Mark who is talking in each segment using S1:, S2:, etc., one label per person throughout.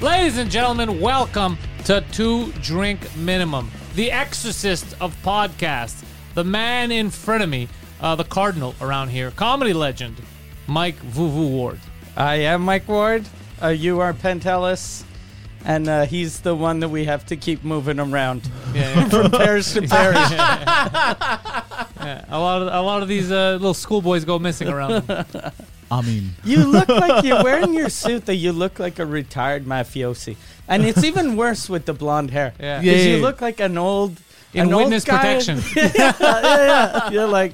S1: Ladies and gentlemen, welcome to Two Drink Minimum, the exorcist of podcasts, the man in front of me, uh, the cardinal around here, comedy legend, Mike Vuvu Ward.
S2: I am Mike Ward. Uh, you are Pentelis. And uh, he's the one that we have to keep moving around
S1: Yeah, yeah.
S2: from parish to parish.
S1: a lot of a lot of these uh, little schoolboys go missing around. Them.
S3: I mean,
S2: You look like you're wearing your suit that you look like a retired mafiosi. And it's even worse with the blonde hair.
S1: Yeah.
S2: 'Cause
S1: Yeah,
S2: you
S3: yeah.
S2: look like an old.
S1: In
S2: an old
S1: witness
S2: guy.
S1: protection.
S2: yeah, yeah, yeah. You're like,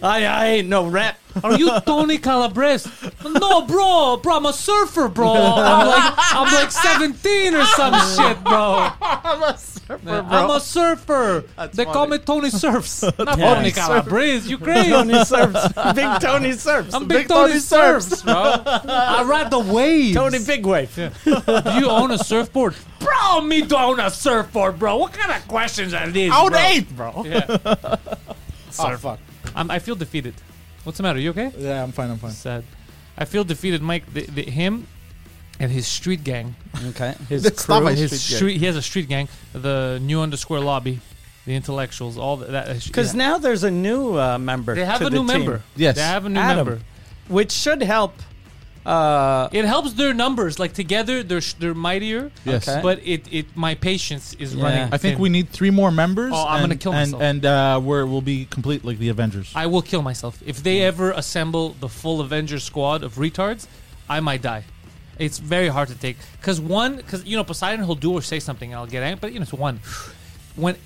S2: I, I ain't no rep.
S1: Are you Tony Calabrese? No, bro, bro, I'm a surfer, bro. I'm like I'm like 17 or some shit, bro. I'm a surfer. they call me Tony Surfs, not Tony Calabrese. You crazy?
S2: Tony Surfs. Big Tony Surfs.
S1: I'm Big, Tony, Surfs, bro. I ride the waves.
S2: Tony Big Wave.
S1: you own a surfboard? Bro, me do own a surfboard, bro. What kind of questions are these?
S4: out
S1: bro?
S4: eight, bro.
S2: Oh, fuck.
S1: I'm, I feel defeated. What's the matter? You okay?
S3: yeah, I'm fine. I'm fine.
S1: Sad. I feel defeated, Mike. The, the, him and his street gang.
S2: Okay. His
S3: That's not
S2: crew.
S3: my
S1: His
S3: street
S1: street, He has a street gang. The new underscore lobby. The intellectuals. All that- that.
S2: Because
S1: yeah.
S2: now there's a new uh, member.
S1: they have
S2: to
S1: a
S2: the
S1: new
S2: team,
S1: member.
S3: Yes.
S1: They have a new
S2: Adam,
S1: member.
S2: which should help. Uh,
S1: It helps their numbers. Like together, they're sh- they're mightier.
S3: Yes.
S2: Okay.
S1: But it, it my patience is
S2: Yeah.
S1: running.
S3: I think
S1: thin.
S3: we need three more members.
S1: Oh, I'm
S3: and,
S1: gonna kill
S3: and,
S1: myself.
S3: And uh, we're, we'll be complete like the Avengers.
S1: I will kill myself if they ever assemble the full Avengers squad of retards. I might die. It's very hard to take because one, because you know Poseidon, he'll do or say something, and I'll get angry. But you know, it's one. When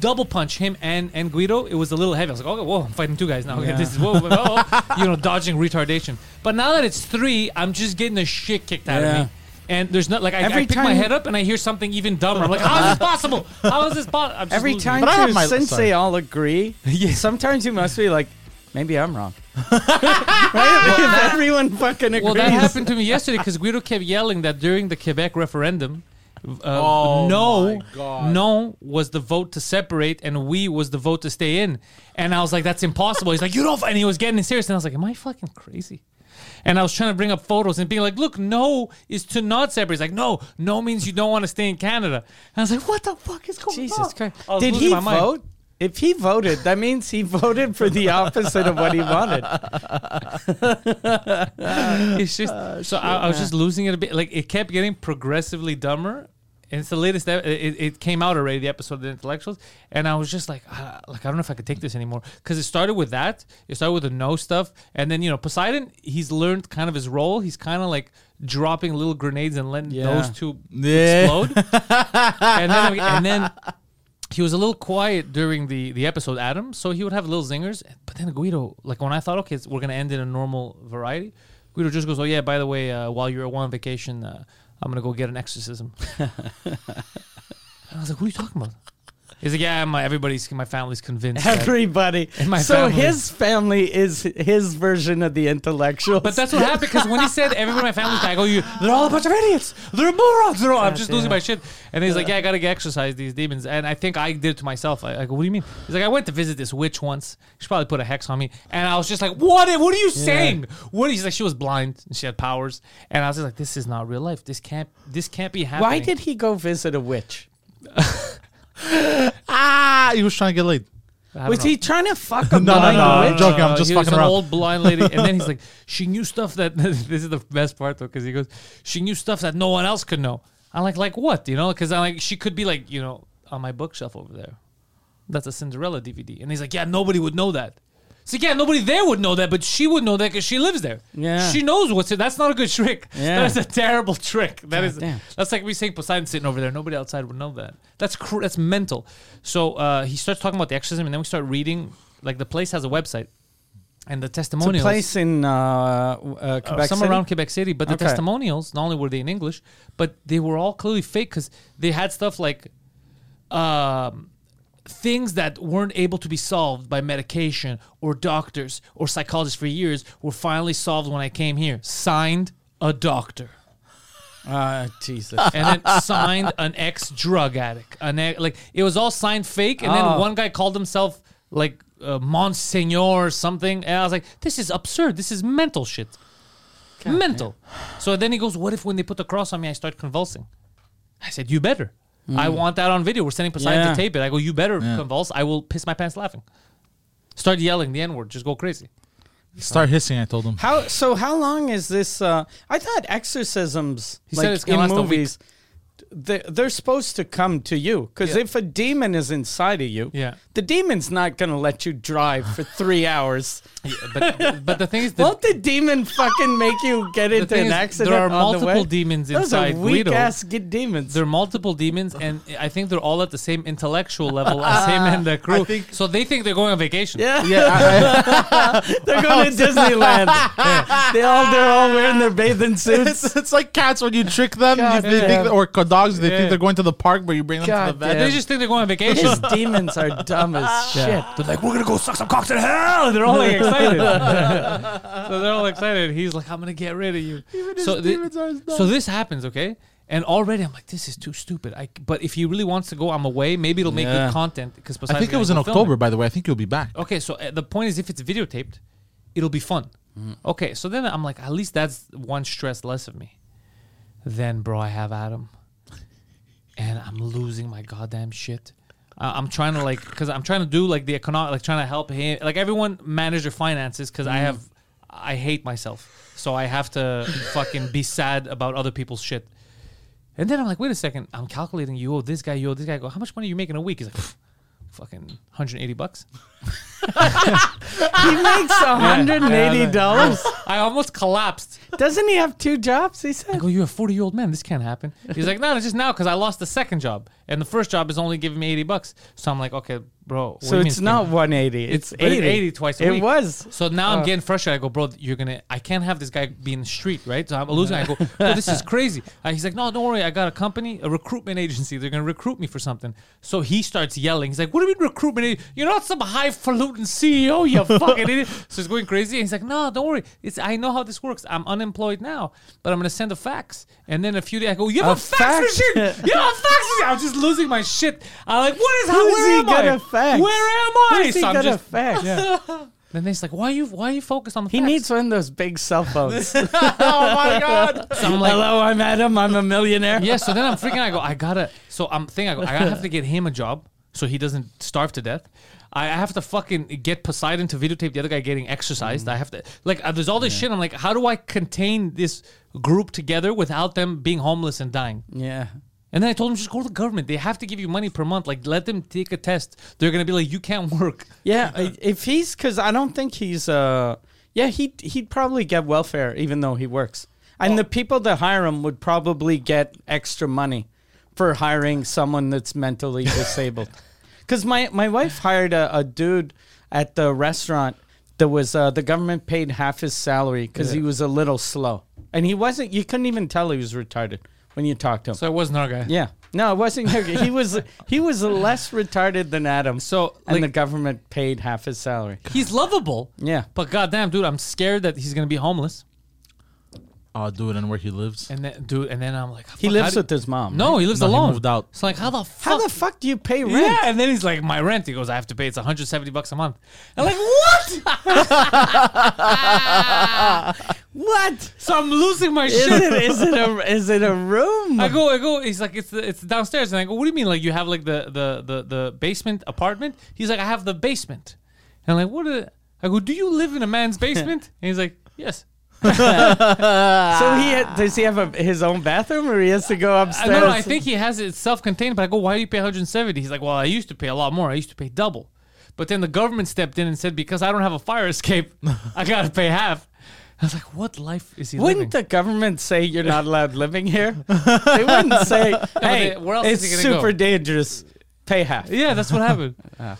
S1: double punch him and and Guido, it was a little heavy. I was like, oh, whoa, I'm fighting two guys now. Okay, this is whoa, whoa, whoa. you know, dodging retardation. But now that it's three, I'm just getting the shit kicked out
S2: Yeah.
S1: of me. And there's not like I,
S2: Every
S1: I pick my
S2: time-
S1: head up and I hear something even dumber. I'm like, how is this possible? How is this possible?
S2: every time,
S3: But I have
S2: too,
S3: my-
S2: since
S3: sorry.
S2: they all agree, sometimes you must be like, maybe I'm wrong. right? if everyone fucking agrees.
S1: Well, that happened to me yesterday because Guido kept yelling that during the Quebec referendum, uh, no, no was the vote to separate, and we was the vote to stay in. And I was like, that's impossible. He's like, you don't. f-" And he was getting serious, and I was like, am I fucking crazy? And I was trying to bring up photos and being like, look, no is to not separate. He's like, no, no means you don't want to stay in Canada. And I was like, what the fuck is going on?
S2: Jesus Christ.
S1: Oh, I was
S2: Did
S1: losing
S2: he
S1: my mind.
S2: vote? If he voted, that means he voted for the opposite of what he wanted.
S1: it's just so I, I was just losing it a bit. Like it kept getting progressively dumber. And it's the latest. ep- It, it came out already. The episode of the intellectuals, and I was just like, ah, like I don't know if I could take this anymore because it started with that. It started with the no stuff, and then you know Poseidon. He's learned kind of his role. He's kind of like dropping little grenades and letting
S2: Yeah.
S1: those two
S3: Yeah.
S1: explode. and then and then he was a little quiet during the the episode adam so he would have little zingers but then guido like when i thought okay it's, we're gonna end in a normal variety guido just goes oh yeah by the way uh, while you're away on vacation uh, i'm gonna go get an exorcism and i was like what are you talking about he's like yeah my everybody's my family's convinced that-
S2: Everybody.
S1: And my
S2: so
S1: family.
S2: his family is his version of the intellectual.
S1: But that's what happened because when he said everyone in my family's back, I go, you, they're all a bunch of idiots. They're morons. They're all, I'm just losing my shit. And he's like, yeah, I gotta get exercise these demons. And I think I did it to myself. I, I go, what do you mean? He's like, I went to visit this witch once. She probably put a hex on me. And I was just like, what? What are you saying? What? He's like, she was blind and she had powers. And I was just like, this is not real life. This can't. This can't be happening.
S2: Why did he go visit a witch?
S3: ah, he was trying to get laid.
S1: I don't
S2: Was
S1: know.
S2: he trying to fuck a
S3: No, no,
S2: blind
S3: no,
S2: witch?
S3: Uh, I'm joking, I'm just
S1: Uh, he was
S3: fucking
S1: an
S3: around.
S1: old blind lady, and then he's like, she knew stuff that this is the best part though, because he goes, she knew stuff that no one else could know. I'm like, like what, you know? Because I'm like, she could be like, you know, on my bookshelf over there. That's a Cinderella DVD, and he's like, yeah, nobody would know that. So yeah, nobody there would know that, but she would know that because she lives there.
S2: Yeah.
S1: she knows what's it. That's not a good trick.
S2: Yeah.
S1: that is a terrible trick. That is
S2: Goddamn.
S1: that's like me saying Poseidon sitting over there. Nobody outside would know that. That's cr- that's mental. So uh, he starts talking about the exorcism, and then we start reading. Like the place has a website, and the
S2: It's a
S1: testimonials.
S2: place in uh, w- uh, Quebec
S1: Some
S2: City?
S1: around Quebec City, but the
S2: Okay.
S1: testimonials not only were they in English, but they were all clearly fake because they had stuff like um, things that weren't able to be solved by medication or doctors or psychologists for years were finally solved when I came here. Signed a doctor,
S2: Ah, Jesus.
S1: and then signed an ex drug addict. An ex- like it was all signed fake, and then
S2: Oh.
S1: one guy called himself like uh, Monsignor or something, and I was like, this is absurd. This is mental shit mental. So then he goes, "What if when they put the cross on me, I start convulsing?" I said, "You better. I want that on video. We're sending Poseidon
S2: Hmm. Yeah.
S1: to tape it." I go, "You better convulse. I will piss my pants laughing. Start yelling the n word. Just go crazy."
S3: Start hissing, I told him.
S2: How so? How long is this? Uh, I thought exorcisms,
S1: He
S2: like
S1: said it's
S2: in
S1: gonna last a week.
S2: movies, they, they're supposed to come to you because if a demon is inside of you,
S1: Yeah.
S2: the demon's not going to let you drive for three hours.
S1: But but the thing is, the,
S2: Won't the demon fucking make you get
S1: the
S2: into
S1: thing
S2: an
S1: is,
S2: accident?
S1: There are
S2: on the
S1: multiple
S2: way?
S1: demons
S2: Those are
S1: inside
S2: weak
S1: Guido.
S2: ass good demons.
S1: There are multiple demons, and I think they're all at the same intellectual level as him and the crew.
S3: think-
S1: so they think they're going on vacation.
S2: yeah,
S3: Yeah,
S2: they're going to Disneyland. They all they're all wearing their bathing suits.
S3: it's, it's like cats when you trick them, you,
S2: God
S3: they
S2: damn.
S3: think, or co- dogs, they
S1: Yeah.
S3: think they're going to the park, but you bring them to
S2: God
S3: the vet.
S1: They
S2: damn.
S1: just think they're going on vacation.
S2: His demons are dumb as shit.
S1: They're like, we're gonna go suck some cocks in hell. They're all like excited. so they're all excited. He's like, I'm gonna get rid of you. so, thi- so this happens, okay? And already I'm like, this is too stupid. I, but if he really wants to go, I'm away. Maybe it'll make
S2: Yeah.
S1: good content because
S3: I think it was in October, by the way. I think you'll be back.
S1: Okay, so uh, the point is, if it's videotaped, it'll be fun. Okay, so then I'm like, at least that's one stress less of me. Then, bro, I have Adam, and I'm losing my goddamn shit. Uh, I'm trying to like, cause I'm trying to do like the economic, like trying to help him. Like everyone manage their finances, cause I have, I hate myself, so I have to fucking be sad about other people's shit. And then I'm like, wait a second, I'm calculating. You owe this guy, you owe this guy. I go, how much money are you making a week? He's like, "Pff, fucking 180 bucks.
S2: He makes hundred and eighty dollars.
S1: I almost collapsed.
S2: Doesn't he have two jobs? He
S1: I
S2: said.
S1: go, you're a 40 year old man. This can't happen. He's like, no, it's just now because I lost the second job. And the first job is only giving me 80 bucks. So I'm like, okay, bro. what do
S2: So
S1: you mean
S2: it's not
S1: giving-
S2: 180.
S1: It's
S2: It's,
S1: but it's
S2: 80.
S1: 80 twice a
S2: it
S1: week.
S2: was. Uh.
S1: So now I'm getting frustrated. I go, bro, you're gonna. I can't have this guy be in the street, right? So I'm losing. I go, bro, this is crazy. Uh, he's like, no, don't worry. I got a company, a recruitment agency. They're gonna recruit me for something. So he starts yelling. He's like, what do you mean recruitment? ag- You're not some highfalutin CEO, you fucking idiot. So he's going crazy. And he's like, no, don't worry. It's I know how this works. I'm unemployed now, but I'm gonna send a fax. And then a few days, I go, you have a,
S2: A
S1: fax,
S2: fax?
S1: machine. You have a fax machine. I'm just losing my shit. I'm like, what is?
S2: Who's
S1: where
S2: he
S1: am I?
S2: gonna
S1: Where
S2: fax?
S1: am I?
S2: Who's he
S1: So I'm
S2: got a
S1: just-
S2: fax?
S1: then he's like, "Why you? Why you focused on the?"
S2: He
S1: facts?
S2: needs one of those big cell phones.
S3: oh my god!
S1: So I'm like,
S2: Hello, I'm Adam. I'm a millionaire.
S1: yeah. So then I'm freaking. I go, I gotta. So I'm thinking, I, go, I gotta have to get him a job so he doesn't starve to death. I I have to fucking get Poseidon to videotape the other guy getting exercised. I have to like. uh, There's all this shit. I'm like, how do I contain this group together without them being homeless and dying?
S2: Yeah.
S1: And then I told him, just go to the government. They have to give you money per month. Like, let them take a test. They're gonna be like, you can't work.
S2: Yeah. I- if he's, because I don't think he's, uh, yeah, he, he'd probably get welfare even though he works. And the people that hire him would probably get extra money for hiring someone that's mentally disabled. Because my, my wife hired a, a dude at the restaurant that was, uh, the government paid half his salary because he was a little slow. And he wasn't, you couldn't even tell he was retarded when you talked to him.
S1: So it wasn't our guy.
S2: Yeah. No, it wasn't. Yogi. He was he was less retarded than Adam.
S1: So, like-
S2: and the government paid half his salary.
S1: He's lovable.
S2: Yeah.
S1: But goddamn, dude, I'm scared that he's gonna be homeless.
S3: Oh, dude, and where he lives?
S1: And then, dude, and then I'm like,
S2: He
S1: fuck, how
S2: lives
S1: do-
S2: with his mom.
S1: No, he lives
S3: No, he
S1: alone.
S3: moved out.
S1: It's like how the fuck?
S2: How the fuck do you pay rent?
S1: Yeah, and then he's like, my rent. He goes, I have to pay. It's 170 bucks a month. I'm like, what?
S2: What?
S1: so I'm losing my
S2: Is
S1: shit.
S2: it, is it a is it a room?
S1: I go, I go. He's like, it's it's downstairs, and I go, what do you mean? Like you have like the the the, the basement apartment? He's like, I have the basement, and I'm like, what? Are, I go, do you live in a man's basement? and he's like, yes.
S2: so he ha- does he have a, his own bathroom or he has to go
S1: I
S2: upstairs?
S1: Ah. Uh, no, no, I think he has it self-contained. But I go, why do you pay 170? He's like, well, I used to pay a lot more. I used to pay double. But then the government stepped in and said, because I don't have a fire escape, I gotta pay half. I was like, what life is he
S2: Wouldn't
S1: living?
S2: the government say you're not allowed living here? they wouldn't say, "Hey,
S1: they- where else
S2: it's
S1: is he gonna
S2: super
S1: go?"
S2: dangerous. Pay half."
S1: Yeah, that's what happened.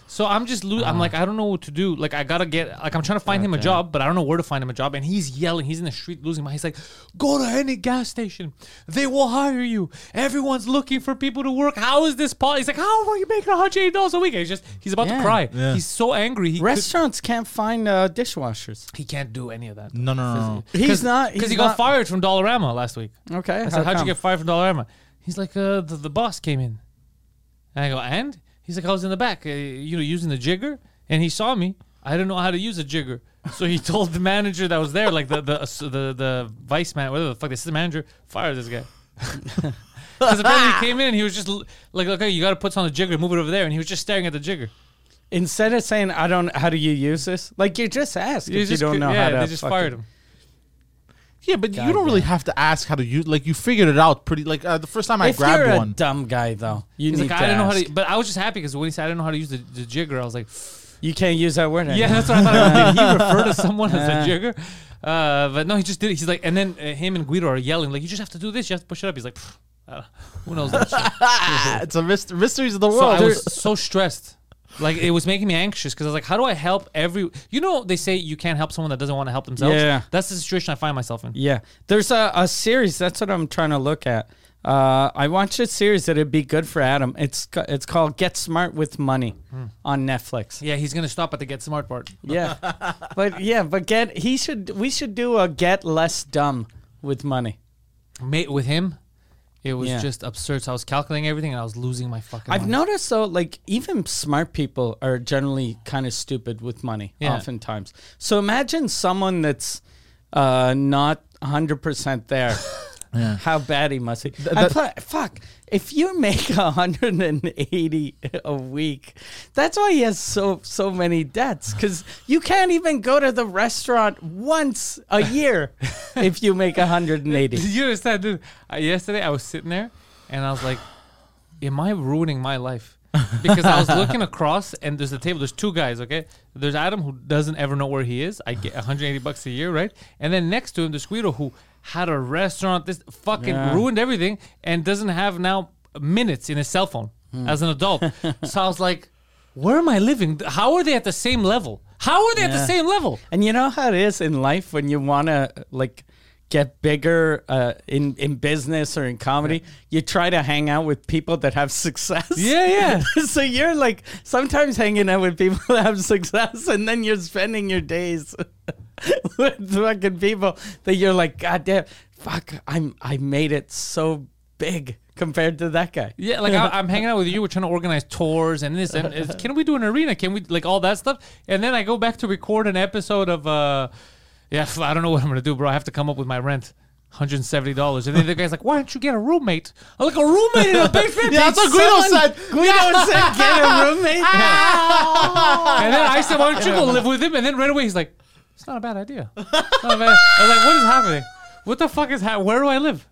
S1: so I'm just lo- I'm like I don't know what to do. Like I gotta get like I'm trying to find him a job, but I don't know where to find him a job. And he's yelling. He's in the street losing my. He's like, go to any gas station. They will hire you. Everyone's looking for people to work. How is this possible? He's like, how are you making 180 dollars a week? He's just he's about
S2: Yeah.
S1: to cry.
S3: Yeah.
S1: He's so angry. He could-
S2: Restaurants can't find uh, dishwashers.
S1: he can't do any of that.
S3: No, no, no, no.
S2: He's not.
S1: because he
S2: he's
S1: got
S2: not-
S1: fired from Dollarama last week.
S2: Okay,
S1: I
S2: how
S1: said, "How'd
S2: come?"
S1: you get fired from Dollarama?" He's like, uh, the, "The boss came in." And I go, "And?" He's like, "I was in the back, uh, you know, using the jigger, and he saw me. I didn't know how to use a jigger, so he told the manager that was there, like the the the, the, vice man, whatever the fuck, the assistant manager, fire this guy." Because apparently he came in and he was just l- like, "Okay, you got to put on the jigger, move it over there," and he was just staring at the jigger.
S2: Instead of saying, "I don't," how do you use this? Like you just ask
S1: He
S2: if
S1: just
S2: you don't
S1: cou-
S2: know
S1: yeah,
S2: how to.
S1: they just
S2: fucking-
S1: fired him.
S3: Yeah, but you don't really have to ask how to use. Like you figured it out pretty. Like uh, the first time I
S2: If
S3: grabbed
S2: you're
S3: one.
S2: a dumb guy, though, you
S1: He's
S2: need
S1: like,
S2: to
S1: "I didn't know how
S2: ask.
S1: to," but I was just happy because when he said, "I didn't know how to use the, the jigger," I was like.
S2: You can't use that word.
S1: Yeah,
S2: Anymore.
S1: that's what I thought. I was like, he referred to someone as a
S2: Yeah.
S1: jigger, uh, but no, he just did it. He's like, and then uh, him and Guido are yelling like, "You just have to do this. You have to push it up." He's like, "Pfft, uh, "Who knows?" That shit.
S3: Ah, it's a myst- mysteries of the world.
S1: so I
S3: There-
S1: was so stressed. Like it was making me anxious because I was like, "How do I help every?" You know, they say you can't help someone that doesn't want to help themselves.
S2: Yeah.
S1: that's the situation I find myself in.
S2: Yeah, there's a, a series. That's what I'm trying to look at. Uh, I watched a series that'd be good for Adam. It's ca- it's called Get Smart with Money
S1: Hmm.
S2: on Netflix.
S1: Yeah, he's gonna stop at the get smart part.
S2: Yeah, but yeah, but get he should we should do a get less dumb with money.
S1: Mate, with him, it was
S2: Yeah.
S1: just absurd. So I was calculating everything and I was losing my fucking.
S2: I've
S1: mind.
S2: noticed though, like even smart people are generally kind of stupid with money,
S1: Yeah.
S2: oftentimes. So imagine someone that's uh, not hundred percent there. How bad he must be. I
S3: that-
S2: pla- fuck, if you make hundred and eighty a week, that's why he has so so many debts. Because you can't even go to the restaurant once a year if you make hundred and eighty.
S1: Did you understand, dude? Uh, yesterday, I was sitting there and I was like, "Am I ruining my life?" Because I was looking across and there's a table. There's two guys. Okay, there's Adam who doesn't ever know where he is. I get 180 bucks a year, right? And then next to him, there's Guido who had a restaurant. This fucking
S2: Yeah.
S1: ruined everything and doesn't have now minutes in his cell phone
S2: Hmm.
S1: as an adult. so I was like, "Where am I living? How are they at the same level? How are they at the
S2: Yeah.
S1: same level?"
S2: And you know how it is in life when you want to like get bigger uh, in in business or in comedy, you try to hang out with people that have success.
S1: Yeah, yeah.
S2: so you're like sometimes hanging out with people that have success, and then you're spending your days with fucking people that you're like, God damn, fuck, I'm I made it so big compared to that guy.
S1: Yeah, like I, I'm hanging out with you. We're trying to organize tours and this. And it's, can we do an arena? Can we like all that stuff? And then I go back to record an episode of. uh Yeah, I don't know what I'm gonna do, bro. I have to come up with my rent. Hundred and seventy dollars, and then the guy's like, "Why don't you get a roommate? I'm like a roommate in a basement."
S3: yeah, that's what Guido said.
S2: Guido said, get a roommate.
S1: And then I said, "Why don't you go live with him?" And then right away he's like, "It's not a bad idea." It's not a bad. I was like, "What is happening? What the fuck is happening? Where do I live?"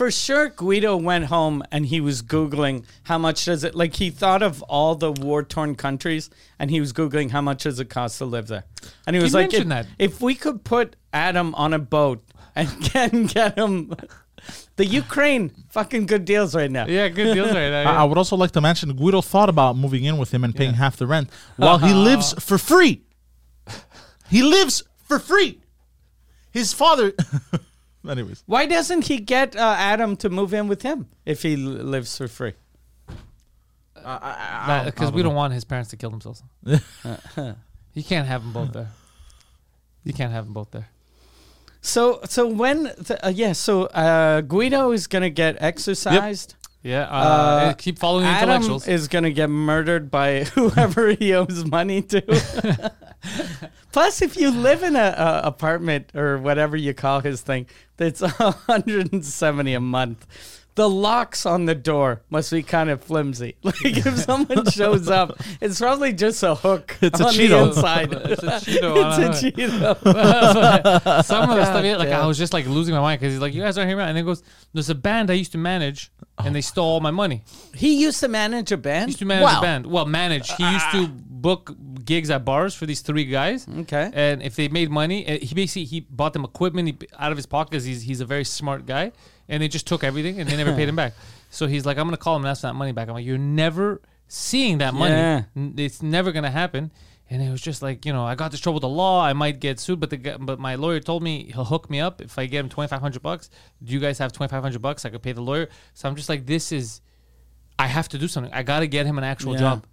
S2: for sure guido went home and he was googling how much does it like he thought of all the war-torn countries and he was googling how much does it cost to live there and he was like if,
S1: mentioned that.
S2: if we could put adam on a boat and can get him the ukraine fucking good deals right now
S1: Yeah, good deals right now.
S3: I I would also like to mention Guido thought about moving in with him and paying half the rent while he lives for free. He lives for free. His father. Anyways,
S2: why doesn't he get uh, adam to move in with him if he l- lives for free
S1: because we don't want his parents to kill themselves. you can't have them both there. You can't have them both there.
S2: so so when the, uh, yeah so uh, guido is gonna get exercised
S1: Yeah, uh,
S2: Uh,
S1: keep following the
S2: Adam
S1: intellectuals.
S2: is gonna get murdered by whoever he owes money to. Plus, if you live in a, a apartment or whatever you call his thing, that's 170 a month. The locks on the door must be kind of flimsy. Like if someone shows up, it's probably just a hook.
S3: It's a
S2: on the
S3: Cheeto.
S2: inside.
S1: It's a Cheeto.
S2: it's a Cheeto.
S1: Some of the stuff, yeah, like
S2: damn.
S1: I was just like losing my mind because he's like, "You guys aren't here," and then he goes, "There's a band I used to manage, and they stole all my money."
S2: He used to manage a band. uh,
S1: He used to manage a band. Well, manage. He used to book gigs at bars for these three guys.
S2: Okay.
S1: And if they made money, uh, he basically he bought them equipment he, out of his pocket because he's he's a very smart guy, and they just took everything and they never paid him back. So he's like, I'm gonna call him and ask for that money back. I'm like, you're never seeing that money.
S2: Yeah.
S1: N- It's never gonna happen. And it was just like, you know, I got this trouble with the law. I might get sued, but the guy, but my lawyer told me he'll hook me up if I get him twenty five hundred bucks. Do you guys have twenty five hundred bucks? I could pay the lawyer. So I'm just like, this is, I have to do something. I got to get him an actual
S2: Yeah.
S1: job.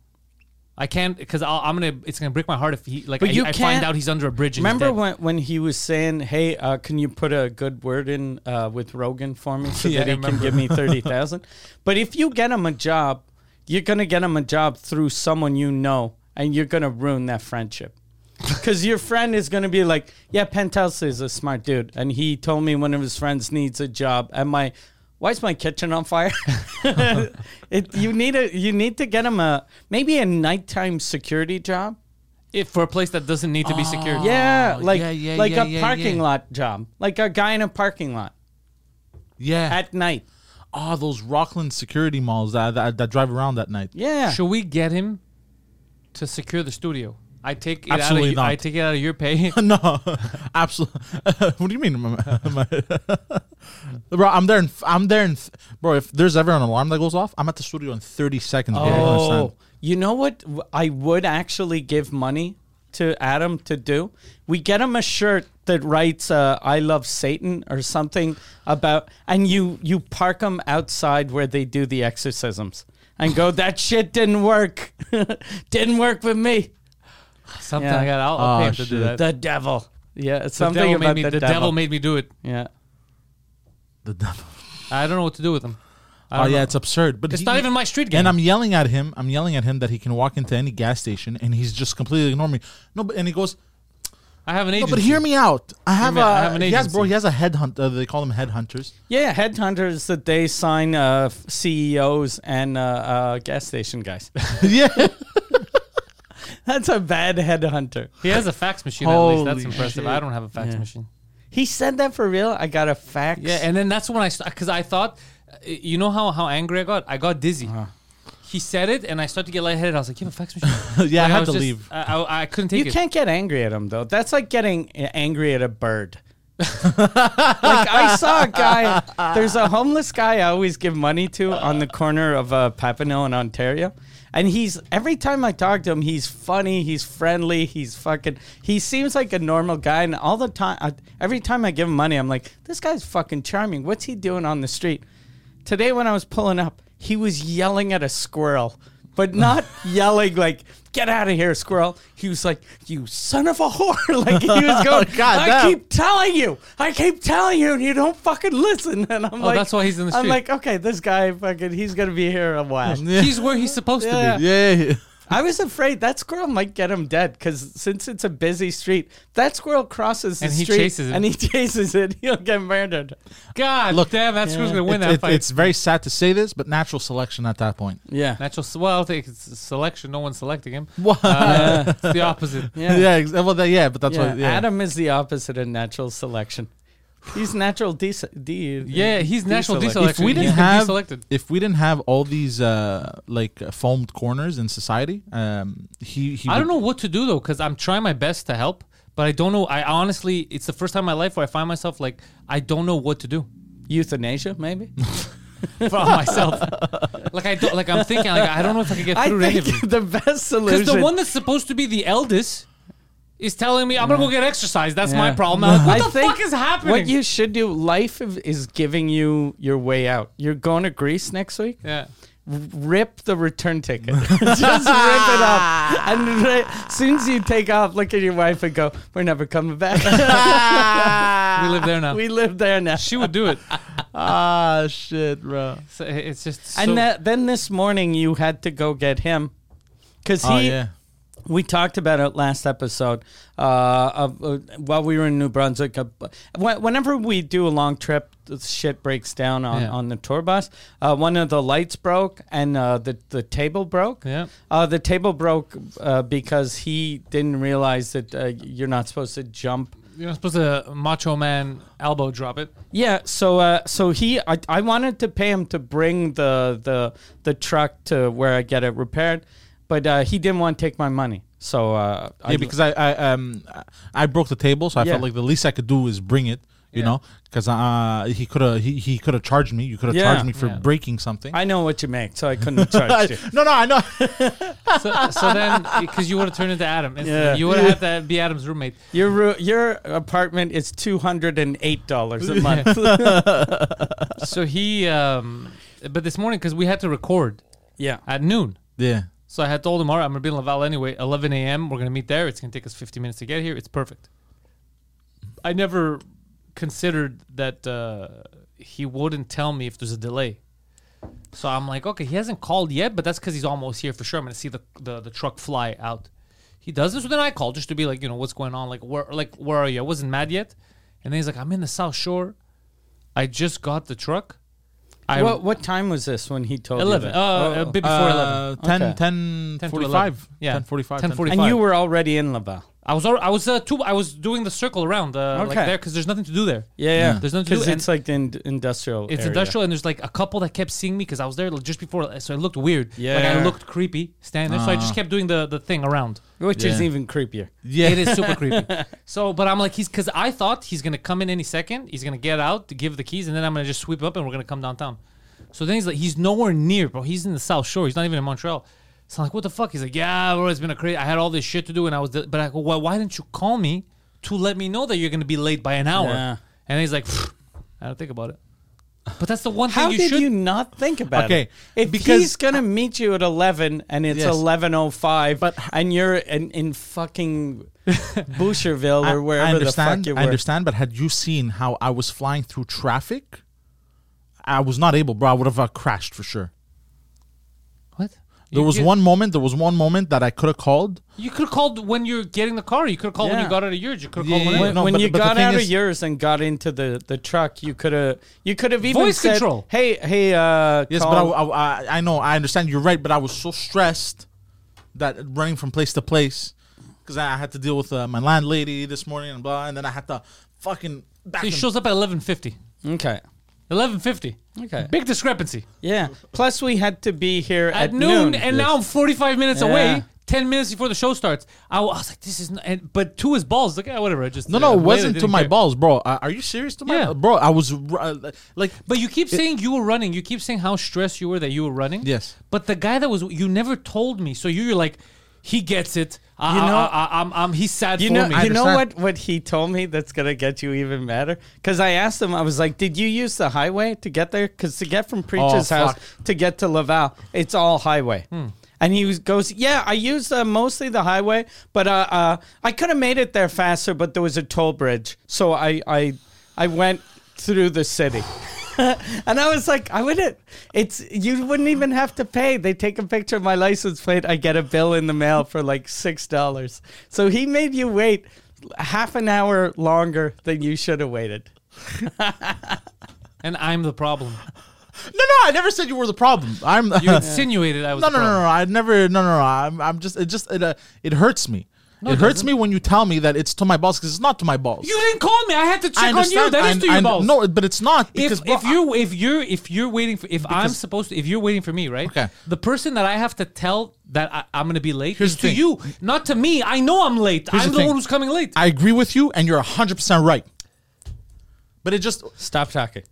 S1: I can't because I'm gonna. It's gonna break my heart if he like.
S2: But
S1: I,
S2: you
S1: I find
S2: can't-
S1: out he's under a bridge. and he's
S2: Remember
S1: dead.
S2: when, when he was saying, "Hey, uh, can you put a good word in uh, with Rogan for me so
S1: Yeah,
S2: that
S1: I
S2: he can
S1: remember.
S2: give me thirty thousand? But if you get him a job, you're gonna get him a job through someone you know, and you're gonna ruin that friendship. Because your friend is gonna be like, "Yeah, Penthouse is a smart dude, and he told me one of his friends needs a job, and my." Why is my kitchen on fire? it, you need a you need to get him a maybe a nighttime security job.
S1: if for a place that doesn't need to be secured?
S2: Yeah,
S1: Oh,
S2: like
S3: yeah, yeah,
S2: like
S3: yeah,
S2: a
S3: yeah,
S2: parking
S3: yeah.
S2: lot job, like a guy in a parking lot
S3: Yeah.
S2: at night.
S3: oh, those Rockland security malls that, that that drive around at night.
S2: Yeah,
S1: Should we get him to secure the studio? I take it
S3: Absolutely
S1: out of,
S3: not.
S1: I take it out of your pay.
S3: No, absolutely. what do you mean? my- my- bro, I'm there. In, I'm there. In, bro, if there's ever an alarm that goes off, I'm at the studio in 30 seconds. Bro. You don't understand.
S2: Oh, you know what? w- I would actually give money to Adam to do. We get him a shirt that writes uh, "I love Satan" or something about, and you you park him outside where they do the exorcisms and go. that shit didn't work. didn't work with me.
S1: Something
S2: Yeah.
S1: I got. I'll, I'll
S3: Oh,
S1: pay him to do
S3: shit.
S1: that.
S2: The devil. Yeah, it's
S1: The
S2: something
S1: devil made
S2: about
S1: me.
S2: the,
S1: The
S2: devil.
S1: devil made me do it.
S2: yeah.
S3: The devil.
S1: I don't know what to do with him. I
S3: Oh
S1: don't
S3: yeah,
S1: know.
S3: it's absurd. But
S1: It's
S3: he-
S1: not even my street game.
S3: And I'm yelling at him. I'm yelling at him that he can walk into any gas station, and he's just completely ignoring me. No, but and he goes.
S1: I have an
S3: No,
S1: agent.
S3: but hear me out. I have
S1: me
S3: a.
S1: out, I have an
S3: he has, bro.
S1: agency.
S3: He has a headhunt. Uh, they call them headhunters.
S2: Yeah, headhunters that they sign uh, f- CEOs and uh, uh, gas station guys.
S3: yeah.
S2: That's a bad headhunter.
S1: He has a fax machine. at least that's
S3: Holy
S1: impressive. I don't have a fax machine.
S2: He said that for real. I got a fax.
S1: Yeah, and then that's when I because I thought, uh, you know how how angry I got. I got dizzy.
S3: Uh-huh.
S1: He said it, and I started to get lightheaded. I was like, "You have a fax machine."
S3: Yeah, I
S1: Like,
S3: had
S1: was
S3: to
S1: just-
S3: leave.
S1: I, I, I couldn't take
S2: you
S1: it.
S2: can't get angry at him though. That's like getting a- angry at a bird. like I saw a guy. There's a homeless guy I always give money to on the corner of uh, Papineau in Ontario, and he's every time I talk to him, he's funny, he's friendly, he's fucking. He seems like a normal guy, and all the time, I, every time I give him money, I'm like, this guy's fucking charming. What's he doing on the street? Today when I was pulling up, he was yelling at a squirrel, but not yelling like "Get out of here, squirrel." He was like, "You son of a whore!" like he was going.
S1: Oh,
S3: God
S2: I
S3: damn.
S2: keep telling you, I keep telling you, and you don't fucking listen. And I'm like,
S1: Oh, that's why he's in the
S2: I'm
S1: street.
S2: like, okay, this guy fucking, he's gonna be here a while.
S1: He's where he's supposed
S2: Yeah.
S1: to be.
S3: Yeah. yeah.
S2: I was afraid that squirrel might get him dead because since it's a busy street, that squirrel crosses the
S1: And he
S2: street
S1: chases it.
S2: and he chases it, he'll get murdered.
S1: God, look, damn, that's who's gonna win
S3: It-
S1: that
S3: it-
S1: fight.
S3: It's very sad to say this, but natural selection at that point.
S2: Yeah.
S1: Natural, s- well, I think it's selection. No one's selecting him.
S3: What?
S1: Uh, it's the opposite.
S2: Yeah.
S3: yeah. ex- Well, that, yeah, but that's
S2: Yeah,
S3: what. Yeah.
S2: Adam is the opposite of natural selection. He's natural de- de-
S1: Yeah, he's natural
S2: deselection.
S1: deselection.
S3: if we didn't
S1: He's been
S3: have
S1: deselected.
S3: if we didn't have all these uh, like uh, foamed corners in society, um, he, he
S1: I don't
S3: would-
S1: know what to do though, because I'm trying my best to help, but I don't know. I honestly, it's the first time in my life where I find myself like I don't know what to do.
S2: Euthanasia, maybe?
S1: for myself. like I don't like I'm thinking like I don't know if I could get
S2: I
S1: through to any of
S2: think
S1: them.
S2: the best solution.
S1: Because the one that's supposed to be the eldest is telling me I'm gonna go get exercise. That's my
S2: Yeah.
S1: problem. I'm like,
S2: I
S1: what the
S2: think
S1: fuck is happening?
S2: What you should do, life is- is giving you your way out. You're going to Greece next week.
S1: yeah.
S2: Rip the return ticket. Just rip it up. And ri- as soon as you take off, look at your wife and go, "We're never coming back."
S1: Ah, We live there now.
S2: we live there now. Oh,
S1: she would do it.
S3: Ah, shit, bro.
S1: So it's just so,
S2: and that, then this morning you had to go get him because he
S3: Oh yeah.
S2: we talked about it last episode uh, of, uh, while we were in New Brunswick. Uh, wh- whenever we do a long trip, the shit breaks down on,
S1: Yeah.
S2: on the tour bus. Uh, one of the lights broke and uh, the, the table broke.
S1: Yeah.
S2: Uh, the table broke uh, because he didn't realize that uh, you're not supposed to jump.
S1: you're not supposed to macho man elbow drop it.
S2: Yeah, so uh, so he, I, I wanted to pay him to bring the the the truck to where I get it repaired, But uh, he didn't want to take my money. So uh,
S3: yeah, because I, I um I broke the table, so I
S2: Yeah.
S3: felt like the least I could do is bring it. You know, because uh, he could have he, he could have charged me. You could have
S2: Yeah.
S3: charged me for breaking something.
S2: I know what you make, so I couldn't charge you.
S3: no, no, I know.
S1: So, so then, because you would have turned into Adam, instantly.
S2: Yeah.
S1: you would have had to be Adam's roommate.
S2: Your ru- your apartment is two hundred and eight dollars a month.
S1: So he, um, but this morning because we had to record
S2: yeah,
S1: at noon,
S3: yeah,
S1: so I had told him, "All right, I'm gonna be in Laval anyway. 11 a.m. We're gonna meet there. It's gonna take us 15 minutes to get here. It's perfect." I never considered that uh, he wouldn't tell me if there's a delay. So I'm like, okay, he hasn't called yet, but that's because he's almost here for sure. I'm gonna see the, the the truck fly out. He does this, so then I call just to be like, you know, what's going on? Like, where like where are you? I wasn't mad yet, and then he's like, I'm in the South Shore. I just got the truck. I
S2: what Oh, what time was this when he told
S1: eleven,
S2: you?
S1: uh,
S2: that?
S1: a bit before eleven.
S3: uh, 10,
S2: Okay.
S3: 10,
S1: 10 to
S3: 45.
S1: 11. Yeah.
S3: 10, 45,
S1: 10,
S3: 45.
S2: and you
S1: 45.
S2: were already in Laval.
S1: I was alre- I was uh, too, I was doing the circle around uh, like
S2: Okay.
S1: there because there's nothing to do there.
S2: Yeah, yeah.
S1: There's nothing to do,
S2: Mm. because
S1: and-
S2: it's like the in- industrial.
S1: It's
S2: area.
S1: industrial and there's like a couple that kept seeing me because I was there like, just before, so I looked weird. like I
S2: Yeah. Uh-huh.
S1: looked creepy standing there. So I just kept doing the the thing around.
S2: which is
S3: Yeah.
S2: even creepier.
S3: yeah,
S1: It is super creepy. So, but I'm like he's because I thought he's gonna come in any second. He's gonna get out to give the keys and then I'm gonna just sweep up and we're gonna come downtown. So then he's like he's nowhere near, bro. He's in the South Shore. He's not even in Montreal. So I'm like, what the fuck? He's like, yeah, bro. It's been a crazy. I had all this shit to do and I was, but I go, well, why didn't you call me to let me know that you're gonna be late by an hour?
S2: Yeah.
S1: And he's like, "Pfft, I don't think about it. But that's the one
S2: How
S1: thing you
S2: did
S1: should.
S2: you not think about
S3: Okay,
S2: it? If
S3: because-
S2: he's gonna meet you at eleven and it's
S3: Yes.
S2: eleven oh five, but and you're in, in fucking Boucherville or wherever
S3: understand.
S2: the fuck you were.
S3: I understand, but had you seen how I was flying through traffic, I was not able, bro. I would have uh, crashed for sure.
S1: what?
S3: There
S1: You-
S3: was
S1: you-
S3: one moment. There was one moment that I could have called.
S1: You could have called when you're getting the car. You could have called when
S2: Yeah.
S1: you got out of yours. You could have
S3: Yeah,
S1: called when I-
S3: yeah, yeah.
S2: When,
S3: No,
S2: when
S3: but-
S2: you
S3: but the
S2: got
S3: thing
S2: out of
S3: is-
S2: yours and got into the, the truck, you could have you could have even
S1: Voice
S2: said,
S1: control.
S2: "Hey, hey, uh,
S3: Yes,
S2: Carl,
S3: but I, I, I- I know, I understand. You're right, but I was so stressed that running from place to place because I had to deal with uh, my landlady this morning and blah, and then I had to fucking back.
S1: He
S3: and-
S1: shows up at 11:50.
S2: Okay.
S1: 11:50.
S2: Okay.
S1: Big discrepancy.
S2: Yeah. Plus, we had to be here at,
S1: At, noon, and now I'm 45 minutes away.
S2: Yeah.
S1: 10 minutes before the show starts. I wa- I was like, this is not. And, but to his balls, like, yeah, whatever. I just
S3: no,
S1: uh,
S3: no, it
S1: waited,
S3: wasn't to
S1: didn't
S3: my
S1: care.
S3: balls, bro. Uh, are you serious? To my
S1: Yeah.
S3: bro, I was uh, like,
S1: But you keep saying you were running. You keep saying how stressed you were that you were running.
S3: Yes.
S1: But the guy that was, you never told me. So you were like, he gets it. I,
S2: You
S1: I-
S2: know-
S1: I, I, am I'm, he's sad
S2: You
S1: for
S2: know,
S1: me.
S2: you know
S3: understand.
S2: what, what he told me that's going to get you even madder? Because I asked him, I was like, did you use the highway to get there? Because to get from Preacher's
S3: Oh,
S2: house
S3: fuck. Hmm.
S2: to get to Laval, it's all highway. And he was, goes, yeah, I used uh, mostly the highway, but uh, uh, I could have made it there faster, but there was a toll bridge. So I, I, I went through the city. and I was like, I wouldn't. It's you wouldn't even have to pay. They take a picture of my license plate. I get a bill in the mail for like six dollars. So he made you wait half an hour longer than you should have waited.
S1: and I'm the problem.
S3: no, no, I never said you were the problem. I'm
S1: You insinuated I was
S3: no,
S1: the
S3: no, no,
S1: problem.
S3: no, no. I never. No, no, no. I'm, I'm just. It just. It, uh, it hurts me. it hurts me when you tell me that it's to my balls because it's not to my balls.
S1: You didn't call me. I had to check on you. That is
S3: I-
S1: to your
S3: I-
S1: balls.
S3: No, but it's not because
S1: if,
S3: bro,
S1: if you if you're if you're waiting for if I'm supposed to if you're waiting for me right
S3: Okay.
S1: the person that I have to tell that I, I'm gonna be late
S3: Here's
S1: is
S3: the
S1: to
S3: thing.
S1: you not to me I know I'm late
S3: Here's
S1: I'm
S3: the
S1: the,
S3: thing.
S1: one who's coming late
S3: I agree with you, and you're 100% right. But it just.
S2: Stop talking.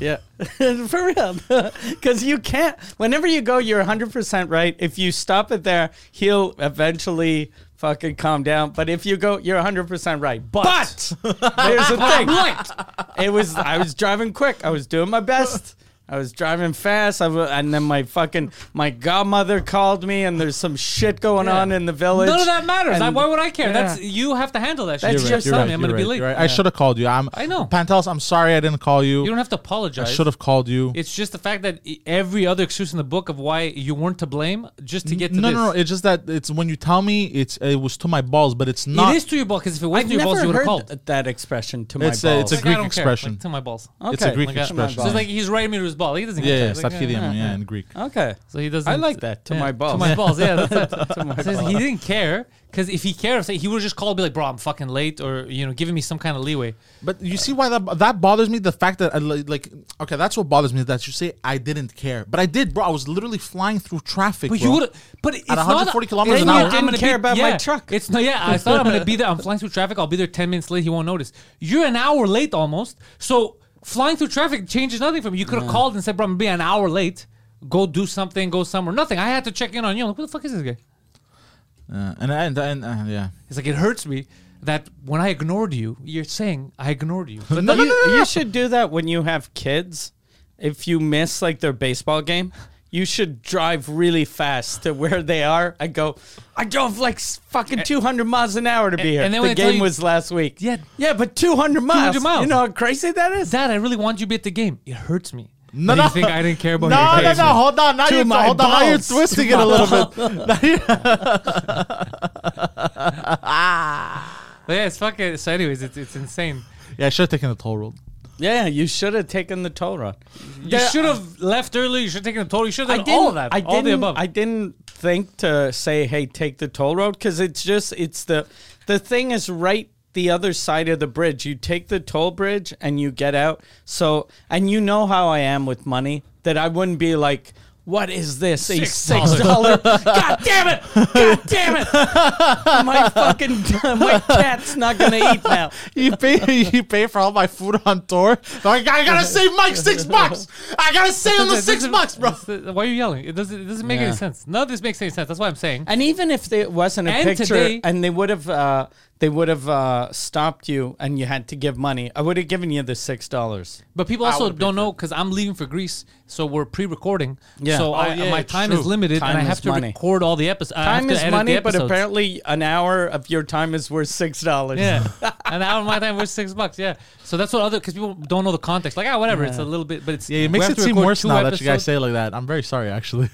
S2: yeah, for real. Because you can't. Whenever you go, you're 100 percent right. If you stop it there, he'll eventually fucking calm down. But if you go, you're 100 percent right. But, here's the thing. It was. I was driving quick. I was doing my best. I was driving fast. I wa- and then my fucking my godmother called me, and there's some shit going on in the village.
S1: none of that matters I,
S2: And-
S1: why would I care
S2: Yeah.
S1: that's you have to handle that shit
S2: That's
S1: you
S2: your
S1: just tell me I'm gonna be late
S3: you're right. I should have called you. I'm,
S1: I know.
S3: Pantelis, I'm sorry I didn't call you.
S1: you don't have to
S3: I
S1: apologize
S3: should have called you.
S1: it's just the fact that i- every other excuse in the book of why you weren't to blame just to get to
S3: no,
S1: this
S3: no, no. It's just that it's when you tell me it's it was to my balls, but it's not.
S1: it is to your ball because if it wasn't to your
S2: I've never
S1: balls you would have
S2: heard
S1: called
S2: th- that expression to
S3: It's
S2: my
S3: a-
S2: balls.
S3: it's a
S1: Like, I
S3: Greek
S1: don't care.
S3: expression.
S1: Like, to my balls
S3: It's a
S2: Okay.
S3: Greek
S2: Like,
S1: Like, I-
S3: expression.
S1: so it's like he's writing me to his his ball. He doesn't.
S3: Yeah, yeah,
S1: get that. Like, uh-huh. Oh.
S3: Stadkidium, yeah, in Greek.
S2: Okay.
S1: So he doesn't.
S2: I like that. To
S1: yeah,
S2: my balls.
S1: To my balls. Yeah, that's it. So he didn't care because if he cared, say, he would just call, be like, "Bro, I'm fucking late," or you know, giving me some kind of leeway.
S3: But you see why that that bothers me? The fact that I, li- like okay, that's what bothers me. is That you say I didn't care, but I did, bro. I was literally flying through traffic.
S1: But
S3: bro.
S1: you would. But it's
S3: 140
S1: not,
S3: kilometers
S1: then
S3: an
S1: you
S3: hour. I
S2: didn't
S1: gonna
S2: care about my
S1: yeah,
S2: truck.
S1: It's not. Yeah, I thought I'm gonna be there. I'm flying through traffic. I'll be there ten minutes late. He won't notice. You're an hour late almost. So flying through traffic changes nothing for me. You could have called and said, "Bro, I'm gonna be an hour late. Go do something. Go somewhere." Nothing. I had to check in on you. I'm like, what the fuck is this guy?
S3: Uh, and and, and uh, yeah.
S1: It's like it hurts me that when I ignored you, you're saying I ignored you. But
S3: No,
S2: you,
S3: no, no, no,
S2: you
S3: no.
S2: should do that when you have kids. If you miss like their baseball game, you should drive really fast to where they are and go. I drove like s- fucking 200 miles an hour to be here.
S1: and then when
S2: the
S1: I tell
S2: game
S1: you-
S2: was last week.
S1: Yeah.
S2: yeah, but 200 miles.
S1: 200 miles.
S2: You know how crazy that is.
S1: Dad, I really wanted you to be at the game. It hurts me. that
S3: No, no.
S1: You think I didn't care about
S3: No,
S1: your
S3: no,
S1: grades.
S3: no. Hold on. Now
S2: To
S3: you're,
S2: my
S3: hold on, now you're
S2: balls.
S3: twisting
S2: To
S3: it a
S2: my
S3: little bit.
S1: But yeah, it's fucking. So, anyways, it's, it's insane.
S3: Yeah, I should have taken the toll road.
S2: Yeah, you should have taken the toll run.
S1: You should have left early. You should have taken a total. You should
S2: I
S1: have
S2: didn't.
S1: done all of that.
S2: I
S1: all the
S2: didn't-
S1: above.
S2: I didn't think to say, "Hey, take the toll road," because it's just it's the the thing is right the other side of the bridge. You take the toll bridge and you get out. So and you know how I am with money that I wouldn't be like. What is this? A
S1: $6.
S2: six dollar? God damn it! God damn it! My fucking my cat's not gonna eat now.
S3: You pay, you pay for all my food on tour. So I, gotta, I gotta save Mike six bucks. I gotta save him the
S1: This
S3: six
S1: is-
S3: bucks, bro.
S1: this is- Why are you yelling? It doesn't. It doesn't make any
S2: Yeah.
S1: sense. None of this makes any sense. That's why I'm saying.
S2: And even if there wasn't a
S1: And
S2: picture,
S1: today-
S2: and they would have, uh, they would have uh, stopped you, and you had to give money. I would have given you the six dollars.
S1: But people also don't know because I'm leaving for Greece, so we're pre-recording.
S2: Yeah.
S1: So
S2: Oh,
S1: I,
S3: yeah,
S1: my time
S3: true.
S1: is limited,
S2: Time
S1: and I
S2: is
S1: have to
S2: money.
S1: record all the episodes.
S2: Time is money, but
S1: apparently.
S2: apparently an hour of your time is worth six dollars.
S1: Yeah, an hour of my time was six bucks. Yeah, so that's what other because people don't know the context. Like ah, whatever. It's a little bit, but it's
S3: Yeah, it
S1: we
S3: makes
S1: have
S3: it
S1: to
S3: seem
S1: record
S3: worse
S1: two
S3: now that you guys
S1: episodes.
S3: say it like that. I'm very sorry, actually.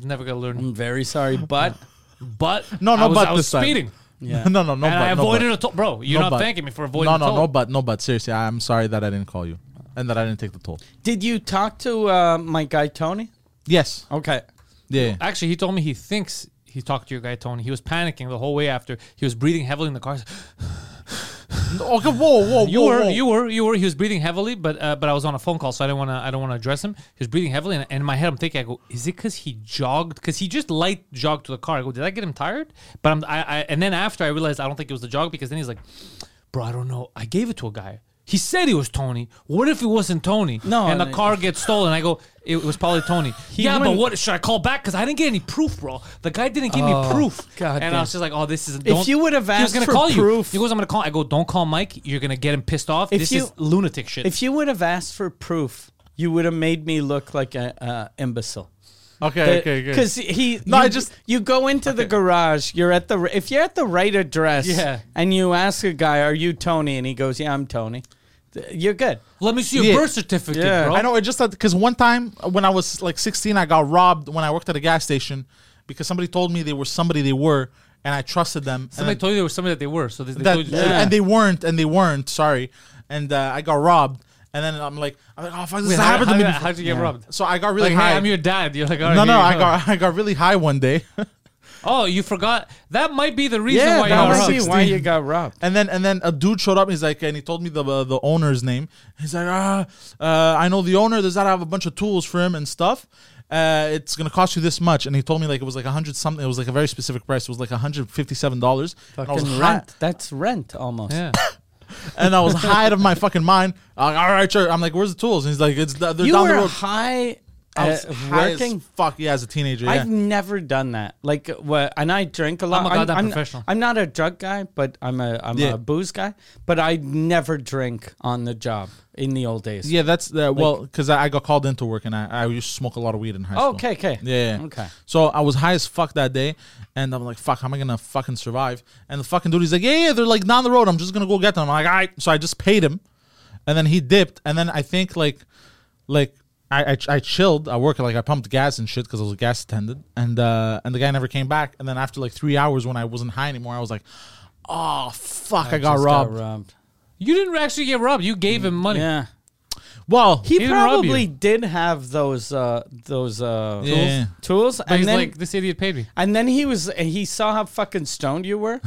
S1: Never gonna learn.
S2: I'm very sorry, but
S1: But
S3: Mm. No, no,
S1: I was,
S3: but
S1: I was
S3: this time.
S1: speeding.
S2: Yeah.
S3: no, no, no.
S1: and
S3: but,
S1: I
S3: no,
S1: avoided
S3: but.
S1: a toll, bro. You're
S3: No,
S1: not
S3: but-
S1: thanking me for avoiding
S3: No,
S1: a
S3: no,
S1: toll.
S3: no, but no, but seriously, I'm sorry that I didn't call you and that I didn't take the toll.
S2: did you talk to uh, my guy Tony?
S3: Yes.
S2: Okay.
S3: Yeah.
S1: Actually, he told me he thinks he talked to your guy Tony. He was panicking the whole way after. He was breathing heavily in the car.
S3: Okay. Whoa, whoa,
S1: You
S3: whoa,
S1: were,
S3: whoa.
S1: you were, you were. He was breathing heavily, but uh, but I was on a phone call, so I didn't want to. I don't want to address him. He was breathing heavily, and, and in my head, I'm thinking, I go, is it because he jogged? Because he just light jogged to the car. I go, did I get him tired? But I'm, I, I, and then after I realized I don't think it was the jog because then he's like, bro, I don't know. I gave it to a guy. He said he was Tony. What if it wasn't Tony?
S2: No,
S1: and the
S2: no.
S1: car gets stolen. I go, it was probably Tony. yeah, but
S2: wouldn't-
S1: what should I call back? Because I didn't get any proof, bro. The guy didn't give me proof.
S2: Oh, God
S1: and
S2: damn.
S1: I was just like, oh, this is.
S2: you would have
S1: he was
S2: asked
S1: gonna
S2: for
S1: call
S2: proof-
S1: you. He goes, I'm gonna call. I go, don't call Mike. You're gonna get him pissed off.
S2: If
S1: this
S2: you-
S1: is lunatic shit.
S2: If you would have asked for proof, you would have made me look like an uh, imbecile.
S3: Okay, okay, okay.
S2: Because he,
S3: No,
S2: you,
S3: I just-
S2: you go into the garage. You're at the r- if you're at the right address,
S1: Yeah.
S2: and you ask a guy, "Are you Tony?" and he goes, "Yeah, I'm Tony." th- You're good.
S1: Let me see your
S3: Yeah.
S1: birth certificate,
S2: Yeah.
S1: bro.
S3: I know it just because one time when I was like 16, I got robbed when I worked at a gas station because somebody told me they were somebody they were, and I trusted them. and
S1: Somebody
S3: then-
S1: told you there was somebody that they were. So they, they
S3: that,
S1: told you.
S2: Yeah.
S3: and they weren't, and they weren't. Sorry, and uh, I got robbed, and then I'm like, I'm like, oh fuck, this
S1: Wait,
S3: has
S1: how,
S3: happened
S1: how,
S3: to me.
S1: did-
S3: before."
S1: how'd you get robbed?
S3: So I got really
S1: Like, hey,
S3: high.
S1: I'm your dad. You're like, all right,
S3: no,
S1: here
S3: no,
S1: you
S3: I got I got really high one day,
S1: Oh, you forgot. That might be the reason why you
S2: that
S1: got
S2: might
S1: robbed.
S2: be why you got robbed.
S3: and then and then a dude showed up. He's like, and he told me the uh, the owner's name. He's like, ah, uh, I know the owner. Does that have a bunch of tools for him and stuff? Uh, it's gonna cost you this much. And he told me like it was like a hundred something. It was like a very specific price. It was like hundred fifty seven dollars. And I was
S2: Fucking
S3: high,
S2: rent. That's rent almost.
S1: Yeah.
S3: and I was high out of my fucking mind. I'm like, All right, sure. I'm like, where's the tools? And he's like, it's they're
S2: You
S3: down the
S2: were
S3: road.
S2: high
S3: I
S2: uh,
S3: was high as
S2: working.
S3: fuck yeah, as a teenager. Yeah.
S2: I've never done that. Like what? And I drink a lot.
S1: a goddamn
S2: I'm,
S1: professional.
S2: I'm not a drug guy, but I'm a I'm
S3: Yeah.
S2: a booze guy. But I never drink on the job in the old days.
S3: Yeah, that's uh, well, because I, I got called into work and I, I used to smoke a lot of weed in high school.
S2: Okay, okay.
S3: Yeah, yeah.
S2: Okay.
S3: So I was high as fuck that day, and I'm like, fuck, how am I gonna fucking survive? And the fucking dude, he's like, yeah, yeah, they're like down the road. I'm just gonna go get them. I'm like, all right. So I just paid him, and then he dipped, and then I think like, like. I, I, I chilled. I worked like I pumped gas and shit because I was a gas attendant, and uh, and the guy never came back. And then after like three hours, when I wasn't high anymore, I was like, "Oh fuck, I, got
S2: Just
S3: robbed."
S2: robbed.
S1: You didn't actually get robbed. You gave him money.
S2: Yeah.
S3: Well,
S2: He,
S1: He didn't rob
S2: probably
S1: you.
S2: did have those uh, those uh,
S3: Yeah.
S2: tools,
S1: But
S2: and
S1: he's
S2: then
S1: like, this idiot paid me.
S2: and then he was he saw how fucking stoned you were,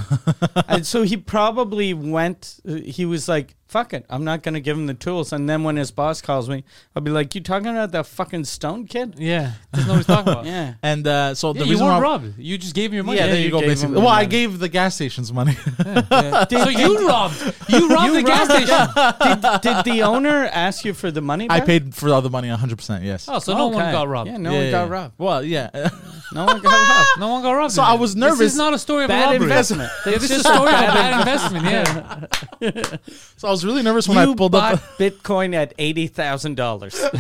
S2: and so he probably went. He was like, "Fuck it, I'm not gonna give him the tools." And then when his boss calls me, I'll be like, "You talking about that fucking stoned kid?"
S1: Yeah, doesn't know what he's talking about.
S2: Yeah.
S3: and uh, so the
S1: Yeah, you
S3: reason
S1: weren't
S3: why-
S1: robbed. You just gave him your money.
S3: Yeah, there you,
S2: you
S3: go.
S2: gave
S3: Basically,
S2: him
S3: well, I
S2: money.
S3: gave the gas stations money.
S1: So you robbed. You robbed the gas station.
S2: did, did the owner ask you for the money?
S3: I
S2: back?
S3: paid for all the money, hundred percent. Yes.
S1: Oh, so no one
S2: Okay.
S1: got robbed.
S2: Yeah, no
S3: Yeah,
S2: one
S3: yeah,
S2: got
S3: yeah.
S2: robbed.
S3: Well, yeah.
S2: No one got robbed.
S1: No one got robbed.
S3: So
S1: in
S3: I
S1: it.
S3: was
S1: This
S3: nervous.
S1: is not a story of a
S2: Bad
S1: robbery.
S2: investment.
S1: Yeah, this is a story of a bad investment. Yeah.
S3: so I was really nervous when
S2: You
S3: I pulled
S2: bought
S3: up.
S2: Bitcoin at eighty thousand dollars.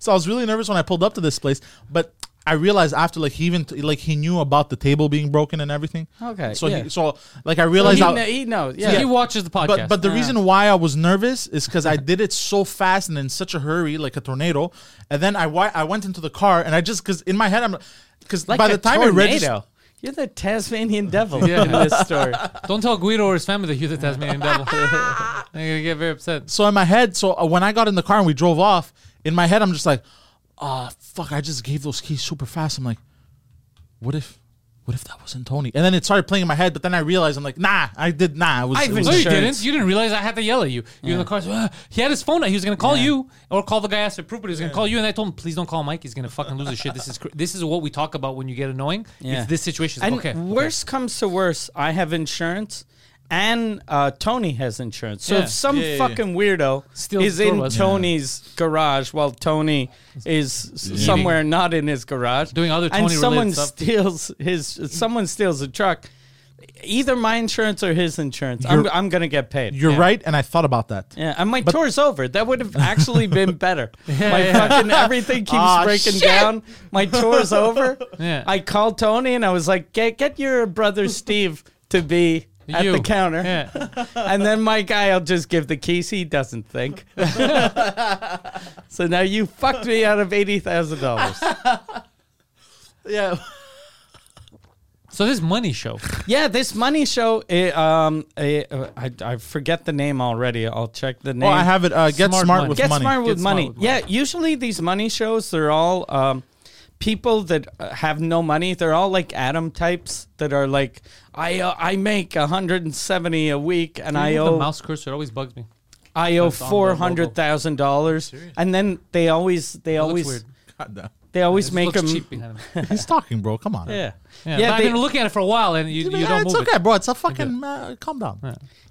S3: So I was really nervous when I pulled up to this place, but I realized after like he even like he knew about the table being broken and everything.
S2: Okay,
S3: So
S2: yeah.
S3: he, so like I realized
S2: he,
S3: how-
S2: kn- he knows.
S1: So
S2: Yeah.
S1: He watches the podcast.
S3: But but the reason why I was nervous is because I did it so fast and in such a hurry, like a tornado. And then I wi- I went into the car and I just because in my head I'm because by the time it registered.
S2: You're the Tasmanian devil
S1: Yeah.
S2: in this story.
S1: don't tell Guido or his family that you're the Tasmanian devil. They're gonna get very upset.
S3: So in my head, so uh, when I got in the car and we drove off, in my head I'm just like, ah, fuck! I just gave those keys super fast. I'm like, what if, what if that wasn't Tony? And then it started playing in my head, but then I realized I'm like, nah, I did nah. It was,
S2: I've
S3: it was-
S1: No, you
S2: Insurance.
S1: didn't. You didn't realize I had to yell at you. You're in the car. so, "Ah." He had his phone out. He was gonna call you or call the guy asked for proof, but he was gonna call you. And I told him, please don't call Mike. He's gonna fucking lose his shit. This is cr- this is what we talk about when you get annoying. It's this situation. It's
S2: And
S1: like, okay.
S2: worse comes to worse, I have insurance, and uh, Tony has insurance. So
S1: Yeah.
S2: if some
S3: Yeah, yeah, yeah.
S2: fucking weirdo
S1: Steals
S2: is
S1: the
S2: in
S1: doorbell.
S2: Tony's garage while Tony is s- somewhere not in his garage
S1: Doing other
S2: and
S1: Tony-related
S2: someone
S1: stuff.
S2: steals his, someone steals a truck, either my insurance or his insurance, I'm, I'm gonna get paid.
S3: You're right, and I thought about that.
S2: Yeah, and my tour's over. That would have actually been better. my
S1: yeah.
S2: fucking everything keeps
S3: Aw,
S2: breaking
S3: shit.
S2: down. My tour's over.
S1: Yeah.
S2: I called Tony and I was like, get get your brother Steve to be at
S1: You.
S2: the counter.
S1: Yeah.
S2: And then my guy'll just give the keys. He doesn't think. so now you fucked me out of eighty thousand dollars.
S3: Yeah.
S1: So this money show.
S2: Yeah, this money show. eh, um, eh, uh, I, I forget the name already. I'll check the name.
S3: Well, I have it. Uh, get
S1: Smart
S3: smart,
S1: money.
S3: with
S2: Get
S3: money.
S2: smart with
S1: Get smart
S2: money.
S1: with money.
S2: Yeah, usually these money shows they're all um, people that uh, have no money. They're all like Adam types that are like, I uh, I make 170 a week and I
S1: the
S2: owe
S1: mouse cursor always bugs me.
S2: I owe
S1: that's on the logo.
S2: four hundred thousand dollars, and then they always they
S1: looks
S2: always
S1: weird.
S3: God damn.
S2: they always
S1: It
S2: make
S1: looks
S2: them
S1: cheap behind him.
S3: He's talking, bro. Come on.
S2: yeah.
S1: Yeah,
S2: Yeah,
S1: but I've
S2: they,
S1: been looking at it for a while, and you, you
S3: Yeah,
S1: don't
S3: it's
S1: move
S3: okay,
S1: it.
S3: bro. It's a fucking uh, calm down.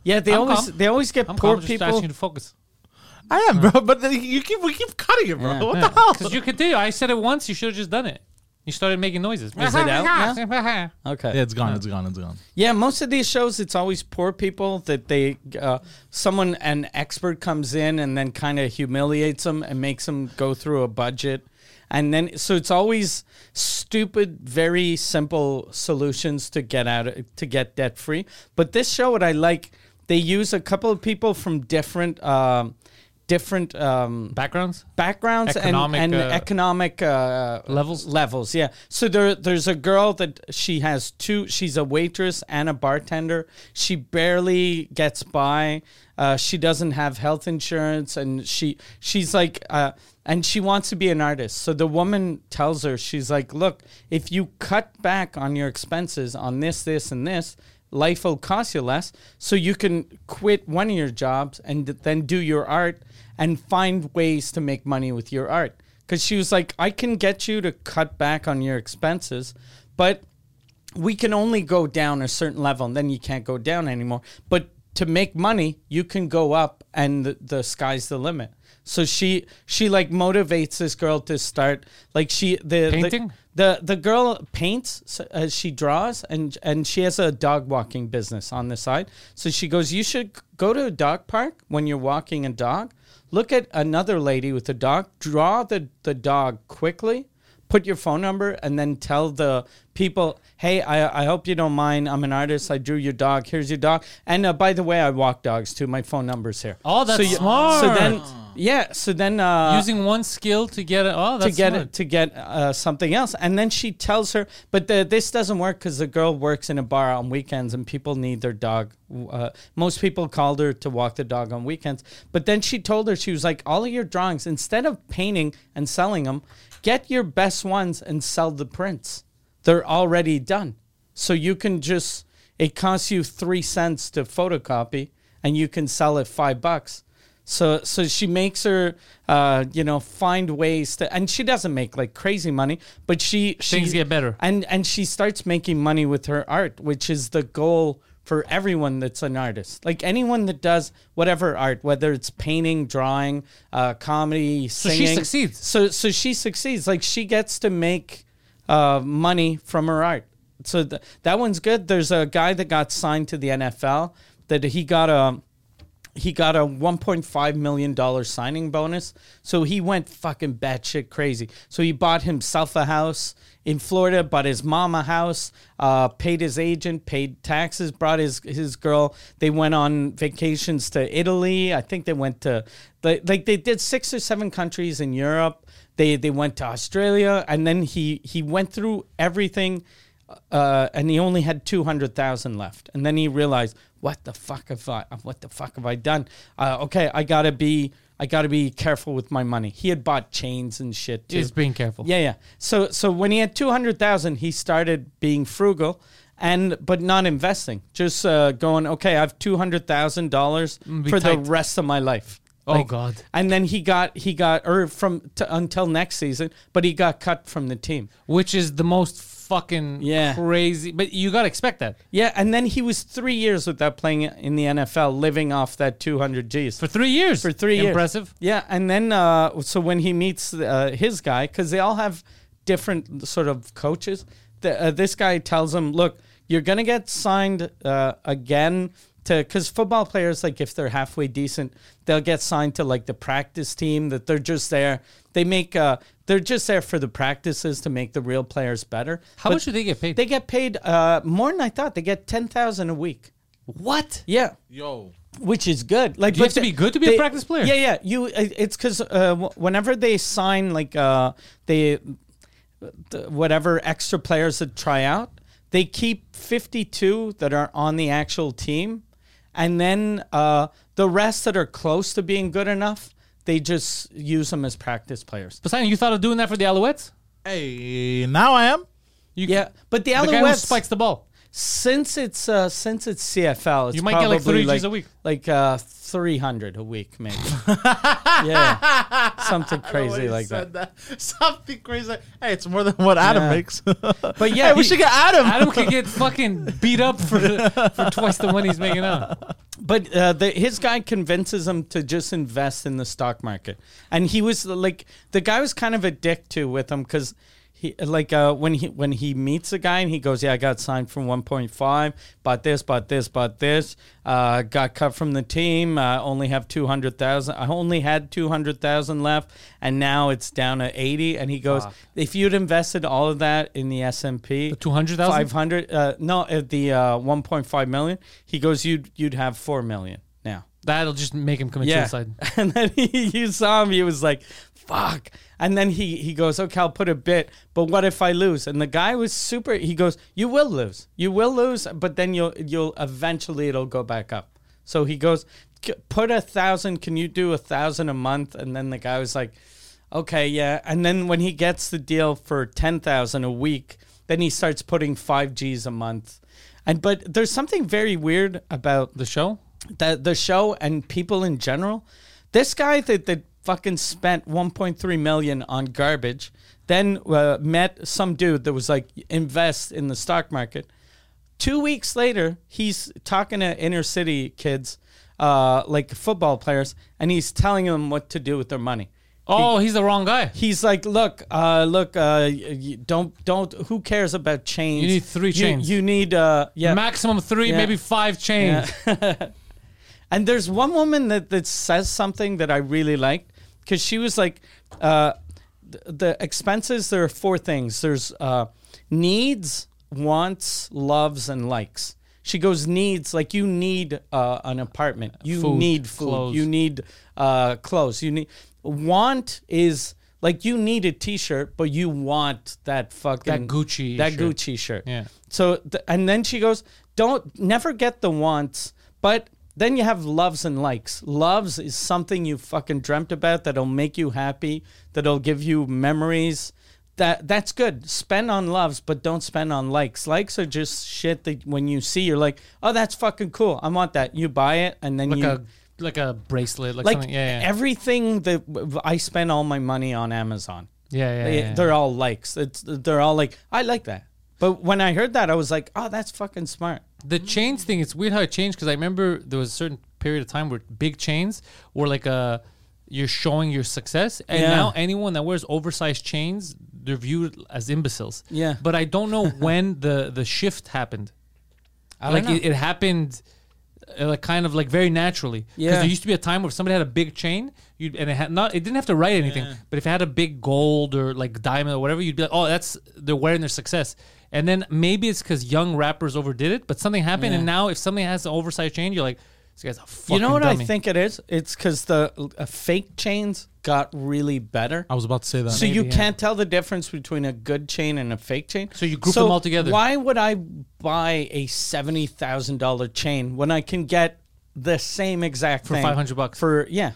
S2: yeah, they
S1: I'm
S2: always
S1: calm.
S2: they always get
S1: I'm
S2: poor
S1: calm, just
S2: people.
S1: asking you to focus.
S3: I am, bro. But then you keep we keep cutting it, bro.
S2: Yeah.
S3: What the hell?
S1: Because you continue. I said it once. You should have just done it. You started making noises.
S2: Is it out Okay.
S3: Yeah, it's gone. It's gone. It's gone.
S2: Yeah, most of these shows, it's always poor people that they, uh, someone, an expert comes in and then kind of humiliates them and makes them go through a budget. And then, so it's always stupid, very simple solutions to get out, of, to get debt free. But this show, what I like, they use a couple of people from different, um, different, um,
S1: Backgrounds?
S2: backgrounds
S1: Economic,
S2: and, and
S1: uh,
S2: economic uh,
S1: Levels?
S2: levels yeah so there there's a girl that she has two she's a waitress and a bartender she barely gets by uh, she doesn't have health insurance and she she's like uh, and she wants to be an artist so the woman tells her she's like look if you cut back on your expenses on this this and this life will cost you less so you can quit one of your jobs and th- then do your art and find ways to make money with your art because she was like i can get you to cut back on your expenses but we can only go down a certain level and then you can't go down anymore but to make money you can go up and the, the sky's the limit so she she like motivates this girl to start like she the the-
S1: Painting?
S2: the the girl paints so- uh, she draws and and she has a dog walking business on the side so she goes you should go to a dog park when you're walking a dog look at another lady with a dog draw the the dog quickly put your phone number and then tell the people, hey, I, I hope you don't mind. I'm an artist. I drew your dog. Here's your dog. And uh, by the way, I walk dogs too. My phone number's here.
S1: Oh, that's smart.
S2: So then, uh, yeah. So then, uh,
S1: Using one skill to get it. Oh, that's
S2: to get
S1: smart.
S2: to get uh, something else. And then she tells her, but the, this doesn't work because the girl works in a bar on weekends and people need their dog. Uh, most people called her to walk the dog on weekends. But then she told her, she was like, all of your drawings, instead of painting and selling them, get your best ones and sell the prints. They're already done. So you can just, it costs you three cents to photocopy and you can sell it five bucks. So so she makes her uh, you know find ways to and she doesn't make like crazy money, but she, she
S1: Things get better.
S2: And and she starts making money with her art, which is the goal for everyone that's an artist. Like anyone that does whatever art, whether it's painting, drawing, uh, comedy,
S1: she
S2: singing.
S1: succeeds.
S2: So so she succeeds. Like she gets to make uh, money from her art. So th- that one's good. There's a guy that got signed to the NFL that he got a he got a 1.5 million dollar signing bonus. So he went fucking batshit crazy. So he bought himself a house in Florida, bought his mom a house, uh, paid his agent, paid taxes, brought his his girl. They went on vacations to Italy. I think they went to like like they did six or seven countries in Europe. They they went to Australia, and then he he went through everything uh, and he only had two hundred thousand left. And then he realized, what the fuck have I? What the fuck have I done? Uh, okay, I gotta be, I gotta be careful with my money. He had bought chains and shit. Too.
S1: He's being careful.
S2: Yeah, yeah. So, so when he had two hundred thousand, he started being frugal. And but not investing, just uh, going. Okay, I have two hundred thousand dollars
S1: Mm, be
S2: for
S1: tight.
S2: the rest of my life.
S1: Oh, God.
S2: And then he got he got or from t- until next season, but he got cut from the team.
S1: Which is the most fucking
S2: Yeah.
S1: crazy. But you got to expect that.
S2: Yeah, and then he was three years without playing in the NFL, living off that 200 G's
S1: For three years.
S2: for three years.
S1: Impressive.
S2: Yeah, and then uh, so when he meets uh, his guy, because they all have different sort of coaches, the, uh, this guy tells him, "Look, you're gonna get signed uh, again." To because football players, like if they're halfway decent, they'll get signed to like the practice team. That they're just there. They make uh, they're just there for the practices to make the real players better.
S1: How much do they get paid?
S2: They get paid uh, more than I thought. They get ten thousand a week.
S1: What?
S2: Yeah,
S3: Yo,
S2: which is good. Like,
S1: Do you
S2: but
S1: have to be good to be a practice player?
S2: Yeah, yeah. You, it- it's because uh, w- whenever they sign, like, uh, they th- whatever extra players that try out, they keep fifty-two that are on the actual team, and then uh, the rest that are close to being good enough, they just use them as practice players.
S1: Poseidon, you thought of doing that for the Alouettes?
S3: hey, now I am.
S1: You,
S2: Yeah, but the
S1: The guy who
S2: Alouettes
S1: spikes the ball.
S2: since it's uh, since it's CFL, it's
S1: You might get, like,
S2: probably,
S1: 3 Gs a week.
S2: like uh, three hundred a week, maybe. yeah, something crazy like that.
S3: Something crazy. Hey, it's more than what Adam makes.
S2: But yeah,
S3: hey, we
S2: he-
S3: should get Adam.
S1: Adam could get fucking beat up for for twice the money he's making now.
S2: but uh, the, his guy convinces him to just invest in the stock market, and he was like, the guy was kind of a dick too with him because. He, like uh, when he when he meets a guy and he goes, yeah, I got signed from 1.5, bought this, bought this, bought this, uh, got cut from the team. Uh, only have 200,000. I only had 200,000 left, and now it's down to 80. And he goes, if you'd invested all of that in the S and P,
S1: 200,000?
S2: 500 uh, no at the uh, 1.5 million he goes you'd you'd have 4 million now
S1: That'll just make him commit
S2: yeah
S1: suicide.
S2: and then he, you saw him he was like fuck and then he he goes okay I'll put a bit but what if I lose and the guy was super he goes you will lose you will lose but then you'll you'll eventually it'll go back up so he goes "C- put a thousand can you do a thousand a month and then the guy was like Okay, yeah. And then when he gets the deal for 10,000 a week, then he starts putting 5 Gs a month. And but there's something very weird about
S1: The show?
S2: the the show and people in general. This guy that that fucking spent 1.3 million on garbage, then uh, met some dude that was like invest in the stock market. Two weeks later, he's talking to inner city kids, uh, like football players, and he's telling them what to do with their money
S1: Oh, he's the wrong guy.
S2: he's like, look, uh, look, uh, y- y- don't, don't. Who cares about chains?
S1: You need three
S2: You-
S1: chains.
S2: You, need, uh, yeah.
S1: Maximum three,
S2: Yeah.
S1: maybe five chains.
S2: and there's one woman that that says something that I really liked because she was like, uh, th- the expenses. There are four things. There's uh, needs, wants, loves, and likes. She goes needs like you need uh, an apartment, you
S1: Food,
S2: need food,
S1: clothes.
S2: you need uh, clothes, you need want is like you need a T-shirt, but you want that fucking
S1: Gucci
S2: that
S1: shirt.
S2: Gucci shirt.
S1: Yeah.
S2: So th- and then she goes, "Don't never get the wants, but then you have loves and likes. Loves is something you fucking dreamt about that'll make you happy, that'll give you memories. That that's good. Spend on loves, but don't spend on likes. Likes are just shit that when you see, you're like, "Oh, that's fucking cool. I want that." You buy it, and then
S1: like
S2: you
S1: a like a bracelet, like,
S2: like
S1: something. Yeah, yeah.
S2: everything that w- I spend all my money on Amazon.
S1: yeah, yeah,
S2: They-
S1: yeah, yeah.
S2: Eh, They're all likes. It's they're all like I like that. But when I heard that, I was like, oh, that's fucking smart.
S1: the chains thing. It's weird how it changed because I remember there was a certain period of time where big chains were like a you're showing your success, and
S2: Yeah.
S1: now anyone that wears oversized chains they're viewed as imbeciles.
S2: Yeah.
S1: but I don't know when the the shift happened.
S2: don't
S1: like
S2: know.
S1: It, it happened. uh, Like kind of like very naturally, because
S2: Yeah.
S1: there used to be a time where if somebody had a big chain, you and it had not, it didn't have to write anything, but if it had a big gold or like diamond or whatever, you'd be like, oh, that's they're wearing their success. And then maybe it's because young rappers overdid it, but something happened, and now if something has an oversized chain, you're like, this guy's a fucking.
S2: you know what
S1: dummy.
S2: I think it is? It's because the uh, fake chains got really better.
S3: I was about to say that.
S2: So you
S1: yeah.
S2: can't tell the difference between a good chain and a fake chain.
S1: So you group them all together.
S2: Why would I buy a seventy thousand dollar chain when I can get the same exact
S1: For
S2: thing
S1: 500 bucks.
S2: For yeah,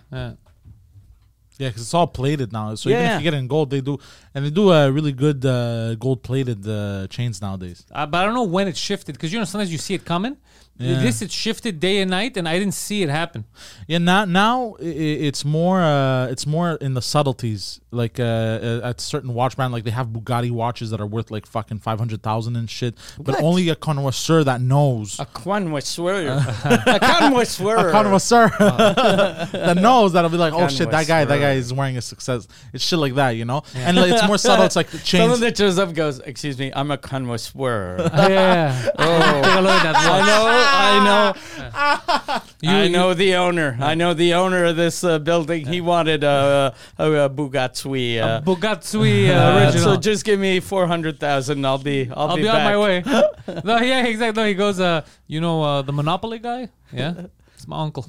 S3: Yeah, because it's all plated now. So even
S2: Yeah.
S3: if you get it in gold, they do, and they do uh, really good uh, gold plated uh, chains nowadays.
S1: Uh, but I don't know when it shifted because you know sometimes you see it coming.
S3: Yeah.
S1: This it shifted day and night, and I didn't see it happen.
S3: Yeah, now now i- i- it's more uh, it's more in the subtleties. Like uh, uh, at certain watch brand, like they have Bugatti watches that are worth like fucking five hundred thousand and shit, but
S2: What?
S3: only a connoisseur that knows.
S2: a connoisseur, a connoisseur,
S3: a connoisseur that knows that'll be like, oh shit, that guy, that
S2: Connoisseur.
S3: guy is wearing a success. It's shit like that, you know. And like, it's more subtle. It's like the chains.
S2: Someone that shows up goes, "Excuse me, I'm a connoisseur."
S1: yeah. Take a look at that
S2: Oh. I
S1: watch.
S2: know, I know, I
S1: You-
S2: know the owner. I know the owner of this uh, building. He wanted a, a, a Bugatti. Uh,
S1: Bugatti uh,
S2: uh,
S1: original.
S2: so just give me four hundred thousand. I'll be, I'll,
S1: I'll be, on
S2: back.
S1: my way. no, yeah, exactly. No, he goes, uh, you know, uh, the Monopoly guy. Yeah, it's my uncle.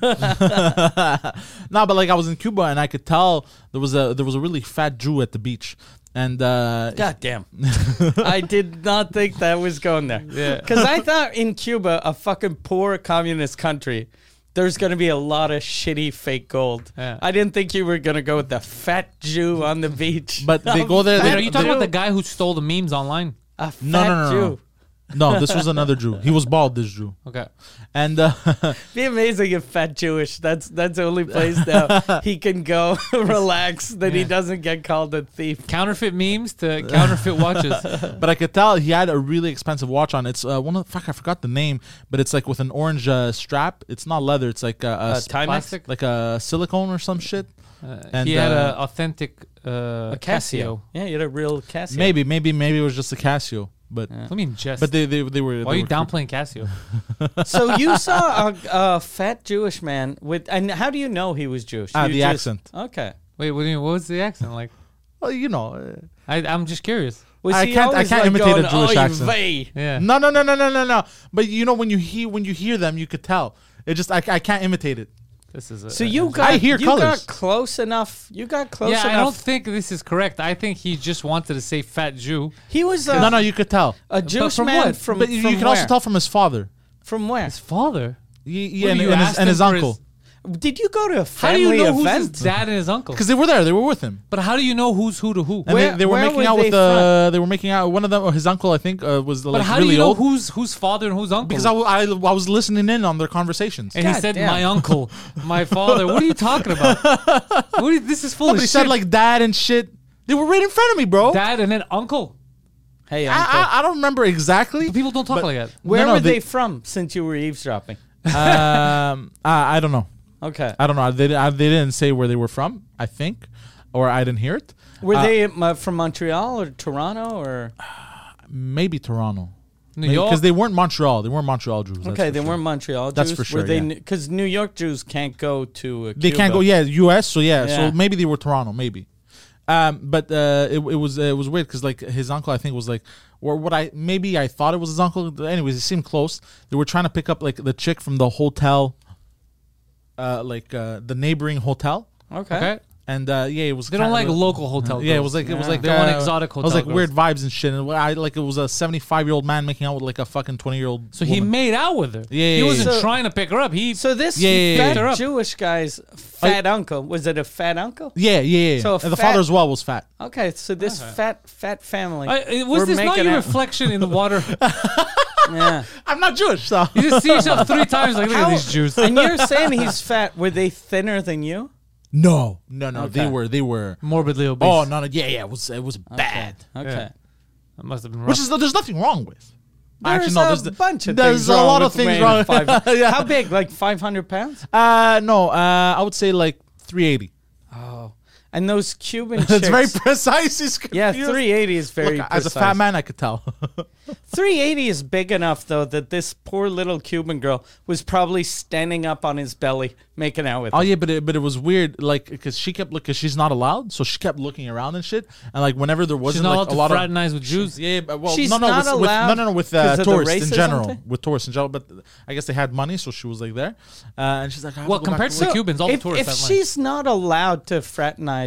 S3: No, but like I was in Cuba and I could tell there was a there was a really fat Jew at the beach, and uh,
S2: God damn! I did not think that was going there. Yeah, because I thought in Cuba, a fucking poor communist country. There's gonna be a lot of shitty fake gold.
S1: Yeah.
S2: I didn't think you were gonna go with the fat Jew on the beach.
S3: But they go there.
S1: Wait,
S3: They,
S1: are you talking
S3: they-
S1: about the guy who stole the memes online?
S2: a fat
S3: No, no, no,
S2: Jew.
S3: no. no. No, this was another Jew. He was bald. This Jew,
S1: Okay.
S3: and uh,
S2: Be amazing if fat Jewish. That's that's the only place now he can go relax that he doesn't get called a thief.
S1: Counterfeit memes to counterfeit watches.
S3: but I could tell he had a really expensive watch on. It's uh, one of fuck I forgot the name, but it's like with an orange uh, strap. It's not leather. It's like a,
S1: Uh,
S3: a s-
S2: Timex?
S1: Plastic.
S3: like a silicone or some shit. and
S1: he had
S3: uh,
S1: an authentic uh, Casio.
S2: Yeah, you had a real Casio.
S3: maybe maybe maybe it was just a Casio, but
S1: What do you mean, Jess?
S3: but they they, they were.
S1: Why are
S3: they
S1: you
S3: were
S1: downplaying Casio?
S2: So you saw a, a fat Jewish man with, and how do you know he was Jewish?
S3: Ah,
S2: You
S3: the
S2: just-
S3: accent.
S2: Okay.
S1: Wait, what do you mean? What was the accent like?
S3: Well, you know. uh,
S1: I, I'm just curious.
S2: Was
S3: I
S2: he
S3: can't- I
S2: always,
S3: can't
S2: like,
S3: imitate a
S2: going,
S3: Jewish
S2: "Oy
S3: accent."
S2: vey"?
S1: Yeah.
S3: No, no, no, no, no, no, no. But you know when you hear when you hear them, you could tell. It just I, I can't imitate it.
S1: This is a, uh,
S2: So you got
S3: I hear
S2: you
S3: colours.
S2: got close enough. You got close
S1: Yeah,
S2: enough.
S1: I don't think this is correct. I think he just wanted to say fat Jew.
S2: he was a,
S3: no, no, you could tell.
S2: a Jewish
S1: Uh, from
S2: man
S1: what?
S2: from
S3: but you,
S2: from
S3: you can
S2: where?
S3: also tell from his father.
S2: from where?
S1: His father.
S3: Ye-
S1: What,
S3: Yeah, and,
S1: you
S3: and his,
S1: asked
S3: and
S1: him
S3: his
S1: for his-
S3: uncle.
S2: Did you go to
S1: How do
S2: a family
S1: you know who's his
S2: event?
S1: dad and his uncle?
S3: Because they were there, they were with him,
S1: But how do you know who's who to who?
S3: and
S2: Where-
S3: they, they were
S2: where
S3: making
S2: were
S3: out with
S2: they
S3: uh, they were making out. One of them, his uncle, I think, uh, was
S1: but
S3: like
S1: how
S3: really
S1: do you know
S3: old.
S1: who's whose father and whose uncle?
S3: because I, w- I, I was listening in on their conversations.
S1: and he
S2: God
S1: said,
S2: damn.
S1: "My uncle, my father." What are you talking about? What is, this is full
S3: Somebody
S1: of
S3: said
S1: shit.
S3: like dad and shit. They were right in front of me, bro.
S1: dad and then uncle.
S2: Hey,
S3: I,
S2: uncle.
S3: I, I don't remember exactly.
S1: People don't talk like that.
S2: Where
S3: no,
S2: were
S3: they-
S2: they from since you were eavesdropping?
S3: um, I, I don't know.
S2: Okay.
S3: I don't know. They, I, they didn't say where they were from. I think, or I didn't hear it.
S2: Were
S3: Uh,
S2: they uh, from Montreal or Toronto or
S3: maybe Toronto,
S1: New York.
S3: because they weren't Montreal. They weren't Montreal Jews. that's
S2: okay?
S3: for
S2: They
S3: sure.
S2: weren't Montreal. Jews.
S3: That's for sure,
S2: Were they
S3: yeah.
S2: because New York Jews can't go to. Uh,
S3: They can't
S2: Cuba.
S3: go. Yeah, U.S. So yeah,
S2: Yeah.
S3: so maybe they were Toronto. Maybe. Um, but uh, it, it was it was weird because like his uncle I think was like or what I maybe I thought it was his uncle. Anyways, it seemed close. They were trying to pick up like the chick from the hotel, uh, like uh, the neighboring hotel.
S2: Okay.
S1: Okay.
S3: And uh, yeah, it was.
S1: They don't
S3: kinda
S1: like
S3: weird.
S1: local hotel.
S3: Yeah, it
S1: girls.
S3: was like it was like uh,
S1: They want exotic
S3: It was like
S1: hotel
S3: weird vibes and shit. And I like it was a seventy-five-year-old man making out with like a fucking twenty-year-old.
S1: So he made out with her.
S3: Yeah,
S1: he
S3: yeah,
S1: wasn't
S2: yeah.
S1: trying to pick her up. He
S2: So this
S3: Yeah, yeah,
S2: fat
S3: yeah.
S1: Picked her up.
S2: Jewish guy's fat uncle was it a fat uncle?
S3: Yeah, yeah, yeah.
S2: So a
S3: and the
S2: fat-
S3: father as well was fat.
S2: Okay, so this
S3: Uh-huh.
S2: fat fat family.
S1: I, was
S2: were
S1: this not
S2: making
S1: your
S2: out-
S1: reflection in the water?
S2: Yeah.
S3: I'm not Jewish, so
S1: You just see yourself three times. Like look at these Jews.
S2: and you're saying he's fat? Were they thinner than you?
S3: no, no, no. They
S2: Okay.
S3: were, they were.
S1: Morbidly obese.
S3: Oh no, no, yeah, yeah. It was, it was bad.
S2: Okay.
S1: Yeah. That must have been rough.
S3: Which is there's nothing wrong with.
S2: There's a bunch of
S3: there's
S2: things
S3: a
S2: wrong
S3: lot of
S2: with
S3: things
S2: weighing
S3: wrong.
S2: Five,
S3: yeah.
S2: How big? Like 500 pounds?
S3: Uh, no, uh, I would say like 380.
S2: Oh. And those Cuban chicks.
S3: It's very precise. He's
S2: yeah,
S3: confused.
S2: 380 is
S3: Look,
S2: very
S3: as a fat
S2: precise.
S3: man, I could tell.
S2: 380 is big enough, though, that this poor little Cuban girl was probably standing up on his belly, making out with
S3: oh
S2: him.
S3: yeah, but it, but it was weird, like because she kept looking. She's not allowed, so she kept looking around and shit. And like whenever there
S1: She's
S3: wasn't
S1: not
S3: like,
S1: allowed
S3: a lot
S1: to
S3: of
S1: fraternize with Jews.
S3: Yeah, but well,
S2: She's
S3: no, no,
S2: not
S3: with, with, no,
S2: allowed
S3: no, no, with
S2: 'cause
S3: uh,
S2: of the race
S3: tourists in
S2: or
S3: general,
S2: something?
S3: with tourists in general. But I guess they had money, so she was like there, uh, and she's like, I have
S1: Well,
S3: to go back
S1: compared
S3: to
S1: to
S3: work.
S1: the Cubans, all
S2: if,
S1: the tourists.
S2: if
S1: have money.
S2: she's not allowed to fraternize,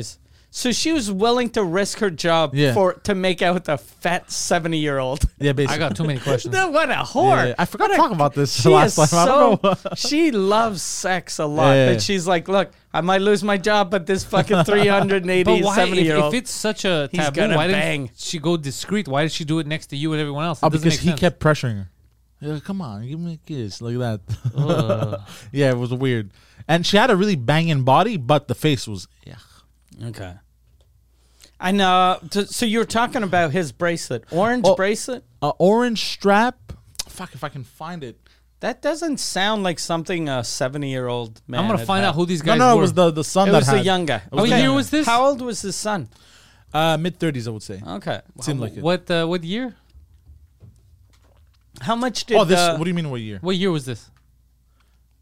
S2: so she was willing to risk her job
S3: Yeah.
S2: for to make out with a fat 70 year old.
S3: yeah, basically,
S1: I got too many questions.
S2: No, what a whore!
S3: Yeah, I forgot
S2: What
S3: to
S2: a-
S3: talk about this
S2: She
S3: last
S2: is
S3: time. I don't
S2: so-
S3: know.
S2: she loves sex a lot,
S3: Yeah.
S2: but she's like, "Look, I might lose my job, but this fucking 380,
S1: But why,
S2: 70
S1: if,
S2: year
S1: if
S2: old."
S1: it's such a
S2: He's
S1: taboo,
S2: gonna
S1: why didn't
S2: bang.
S1: she go discreet? Why did she do it next to you and everyone else? It
S3: Oh,
S1: doesn't
S3: because
S1: make
S3: he
S1: sense.
S3: kept pressuring her. Yeah, come on, give me a kiss, like that. yeah, it was weird. And she had a really banging body, but the face was. Yeah.
S2: Okay. I know. T- so you were talking about his bracelet, orange
S3: Oh.
S2: bracelet.
S3: Uh, orange strap. Fuck, if I can find it.
S2: That doesn't sound like something a seventy-year-old man.
S1: I'm gonna
S2: had
S1: find out
S2: had.
S1: who these
S3: No,
S1: guys
S3: no,
S1: were.
S3: it was the the son
S2: It
S3: that
S2: was
S3: had.
S2: a young guy.
S1: What
S2: Okay.
S1: year was this?
S2: How old was his son?
S3: Uh, Mid thirties, I would say.
S2: Okay.
S3: Seemed like it.
S1: what uh, what year?
S2: How much did?
S3: Oh, this.
S2: uh,
S3: what do you mean? What year?
S1: What year was this?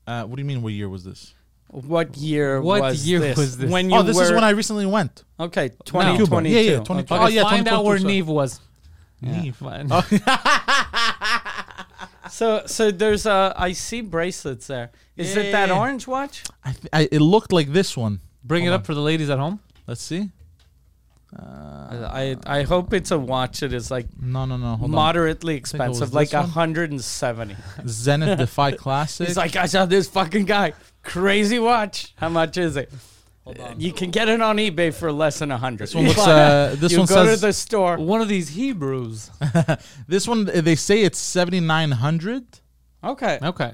S3: Uh, what do you mean? What year was this?
S2: what year?
S1: What
S2: was
S1: year
S2: this?
S1: was this?
S2: When you
S3: Oh, this is
S2: were-
S3: when I recently went.
S2: Okay,
S1: No.
S2: twenty
S3: Cuba.
S2: twenty-two.
S3: Yeah, yeah, 22.
S1: Okay,
S3: Oh, yeah,
S1: find out
S3: 2022,
S1: where
S3: sorry.
S1: Neve was.
S3: Neve.
S1: Fine.
S2: So so there's uh I see bracelets there. Is
S3: Yeah,
S2: it that
S3: yeah, yeah.
S2: orange watch?
S3: I, th- I it looked like this one.
S1: Bring it
S3: Hold
S1: up for the ladies at home.
S3: on. Let's see.
S2: Uh, I I hope it's a watch that is like
S3: No, no, no. Hold
S2: moderately
S3: it was
S2: expensive, like
S3: this one.
S2: 170.
S3: on. Zenith Defy Classic.
S2: He's like, I saw this fucking guy, crazy watch. How much is it? Uh, You can get it on eBay for less than 100. This
S3: one looks, uh, this
S2: you
S3: one
S2: go
S3: says-
S2: to the store.
S1: One of these Hebrews.
S3: this one. They say it's seventy nine hundred.
S2: Okay.
S1: Okay.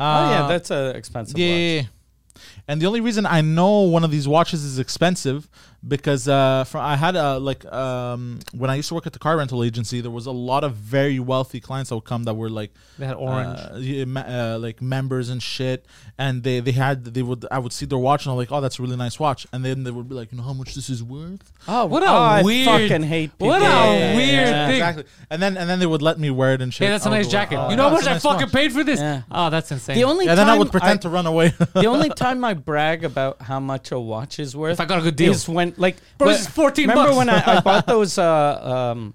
S2: oh yeah,
S3: Uh,
S2: that's an expensive
S3: yeah,
S2: watch.
S3: yeah, yeah. And the only reason I know one of these watches is expensive because uh, from I had a like um, when I used to work at the car rental agency, there was a lot of very wealthy clients that would come that were like
S1: They had orange.
S3: uh, yeah, ma- uh, like members and shit, and they they had they would I would see their watch and I'm like, oh, that's a really nice watch, and then they would be like, you know how much this is worth?
S2: Oh,
S1: What a
S2: oh, I
S1: weird.
S2: fucking hate people.
S1: What a
S2: like that.
S1: weird
S2: Yeah.
S1: thing.
S3: Exactly. And then and then they would let me wear it and shit.
S1: Hey, that's a
S3: I would
S1: nice
S3: go,
S1: jacket.
S3: "Oh,
S1: you know how much
S3: that's a
S1: I
S3: nice
S1: fucking
S3: watch."
S1: paid for this?
S2: Yeah.
S1: Oh, that's insane.
S2: The only
S3: Yeah, then I
S2: time
S3: would pretend to run away.
S2: the only time I brag about how much a watch is worth
S1: If I got a good deal.
S2: is when like
S1: Bro,
S2: when-
S1: this is 14
S2: Remember
S1: bucks.
S2: when I, I bought those uh, um,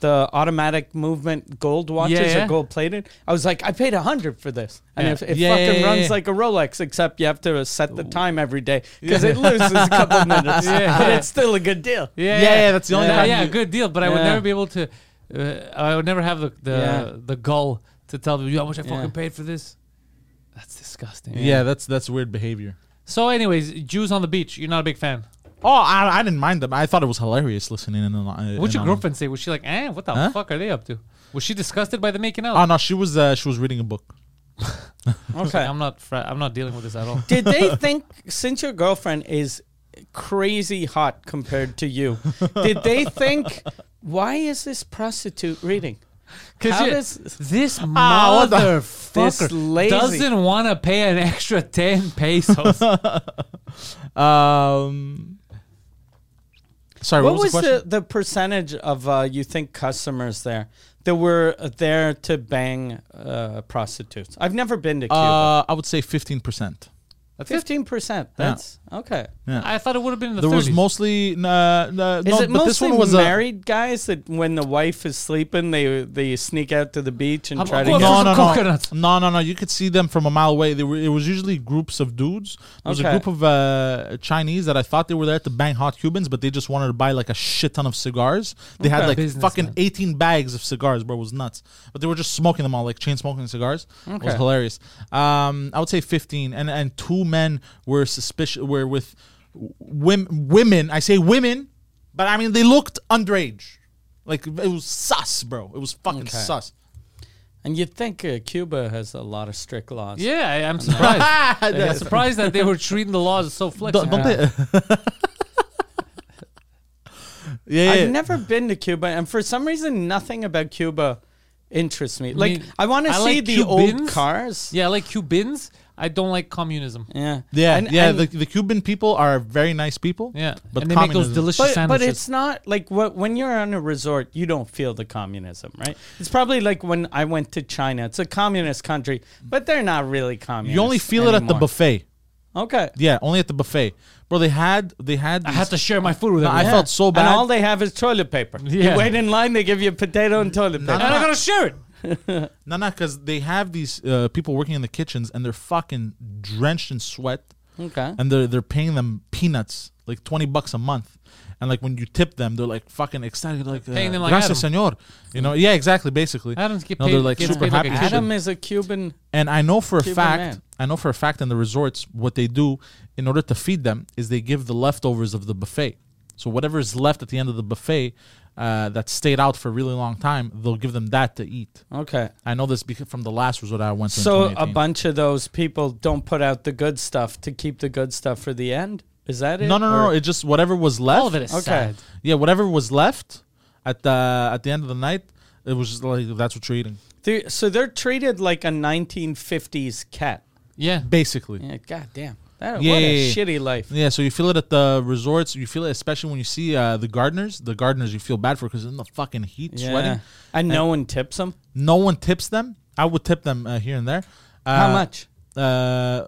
S2: the automatic movement gold watches
S1: Yeah, yeah.
S2: or gold plated? I was like, I paid a hundred for this, and
S1: Yeah.
S2: if it
S3: Yeah,
S2: fucking
S3: yeah,
S2: runs
S3: yeah.
S2: like a Rolex, except you have to set the time every day because it loses a couple minutes,
S1: Yeah.
S2: but it's still a good deal.
S1: Yeah,
S3: Yeah, yeah, that's the only
S1: yeah,
S3: time
S1: yeah,
S3: you-
S1: good deal. But I would
S2: Yeah.
S1: never be able to. Uh, I would never have the the,
S2: Yeah.
S1: the gull to tell them "You know how much I fucking
S2: Yeah.
S1: paid for this. That's disgusting.
S3: yeah, that's that's weird behavior.
S1: So, anyways, Jews on the beach. You're not a big fan.
S3: Oh, I, I didn't mind them. I thought it was hilarious listening in. on-
S1: What'd
S3: in
S1: your
S3: on-
S1: girlfriend say? Was she like, eh? What the
S3: Huh?
S1: fuck are they up to? Was she disgusted by the making out?
S3: Oh no, she was uh, she was reading a book.
S2: Okay.
S1: I'm not. Fra- I'm not dealing with this at all.
S2: Did they think since your girlfriend is crazy hot compared to you, did they think why is this prostitute reading? How
S1: you-
S2: does-
S1: this
S3: Ah, what the-
S2: This
S1: motherfucker
S2: lazy-
S1: doesn't want to pay an extra ten pesos?
S3: Um, sorry, what,
S2: What was
S3: the question?
S2: the, the percentage of uh, you think customers there that were uh, there to bang uh, prostitutes? I've never been to Cuba.
S3: uh, I would say fifteen percent.
S1: That's it.
S2: Fifteen percent. That's okay.
S1: I thought it would have been in the
S3: There
S1: 30s.
S3: was mostly uh, no,
S2: Is it
S3: but this
S2: mostly
S3: one was a,
S2: married guys that when the wife is sleeping, they they sneak out to the beach and
S1: Of
S2: try to
S1: course.
S2: get?
S1: Those
S3: no, no,
S1: are
S3: no,
S1: coconuts.
S3: no, no, no. You could see them from a mile away. They were, it was usually groups of dudes. There was a
S2: Okay.
S3: group of uh, Chinese that I thought they were there to bang hot Cubans, but they just wanted to buy like a shit ton of cigars. They had like
S1: Business
S3: fucking
S1: man.
S3: eighteen bags of cigars, bro. It was nuts. But they were just smoking them all, like chain smoking cigars. It was
S2: Okay.
S3: hilarious. Um, I would say fifteen, and and two men were suspicious. Were with women. Women. I say women, but I mean they looked underage. Like it was sus, bro. It was fucking
S2: Okay.
S3: sus.
S2: And you'd think uh, Cuba has a lot of strict laws.
S1: Yeah, I, I'm surprised. I'm surprised that they were treating the laws so flexible.
S3: Don't, don't they? yeah, yeah.
S2: I've never been to Cuba, and for some reason, nothing about Cuba interests me. Like
S1: Me-
S2: I want to
S1: I
S2: see
S1: like
S2: the old
S1: Cubans.
S2: cars.
S1: Yeah, I like Cubans. I don't like communism.
S2: yeah,
S3: yeah,
S2: And-
S3: yeah.
S2: and-
S3: the, the Cuban people are very nice people.
S1: Yeah,
S3: but
S1: and they make those
S3: communism-
S1: delicious
S2: but,
S1: sandwiches.
S2: But it's not like what, when you're on a resort, you don't feel the communism, right? It's probably like when I went to China. It's a communist country, but they're not really communist.
S3: You only feel it at the
S2: anymore.
S3: buffet.
S2: Okay.
S3: Yeah, only at the buffet, bro. They had they had.
S1: I
S3: these-
S1: had to share my food with
S3: No, I
S1: everyone.
S3: felt so bad.
S2: And all they have is toilet paper.
S1: Yeah.
S2: You wait in line, they give you potato and toilet paper.
S1: and I'm gonna share it.
S3: No, no, because they have these uh, people working in the kitchens and they're fucking drenched in sweat.
S2: Okay.
S3: And they're they're paying them peanuts, like twenty bucks a month. And like when you tip them, they're like fucking ecstatic, like uh,
S1: Paying them like
S3: gracias,
S1: Adam.
S3: senor. You know, yeah, exactly, basically.
S1: Adam's get
S3: No,
S1: paid-
S3: they're like
S1: gets
S3: super
S1: paid like
S3: happy.
S1: a kid.
S2: Adam is a Cuban.
S3: And I know for a
S2: Cuban
S3: fact,
S2: man.
S3: I know for a fact in the resorts, what they do in order to feed them is they give the leftovers of the buffet. So whatever is left at the end of the buffet uh, that stayed out for a really long time, they'll give them that to eat.
S2: Okay.
S3: I know this because from the last resort I went to. in
S2: So uh, a
S3: 2018.
S2: bunch of those people don't put out the good stuff to keep the good stuff for the end. Is that it?
S3: No, no, no, no.
S2: Or-
S3: It just whatever was left.
S1: All of it is
S2: Okay.
S1: sad.
S3: Yeah, whatever was left at the at the end of the night, it was just like that's what you're eating,
S2: They- so they're treated like a 1950s cat.
S1: Yeah,
S3: basically. Yeah.
S2: Yeah, goddamn. That,
S3: Yeah,
S2: what a
S3: yeah, yeah.
S2: shitty life.
S3: so you feel it at the resorts. You feel it especially when you see uh, the gardeners. The gardeners, you feel bad for because in the fucking heat,
S2: Yeah.
S3: sweating.
S2: And no one tips them.
S3: No one tips them. I would tip them uh, here and there. Uh,
S2: How much?
S3: Uh, uh,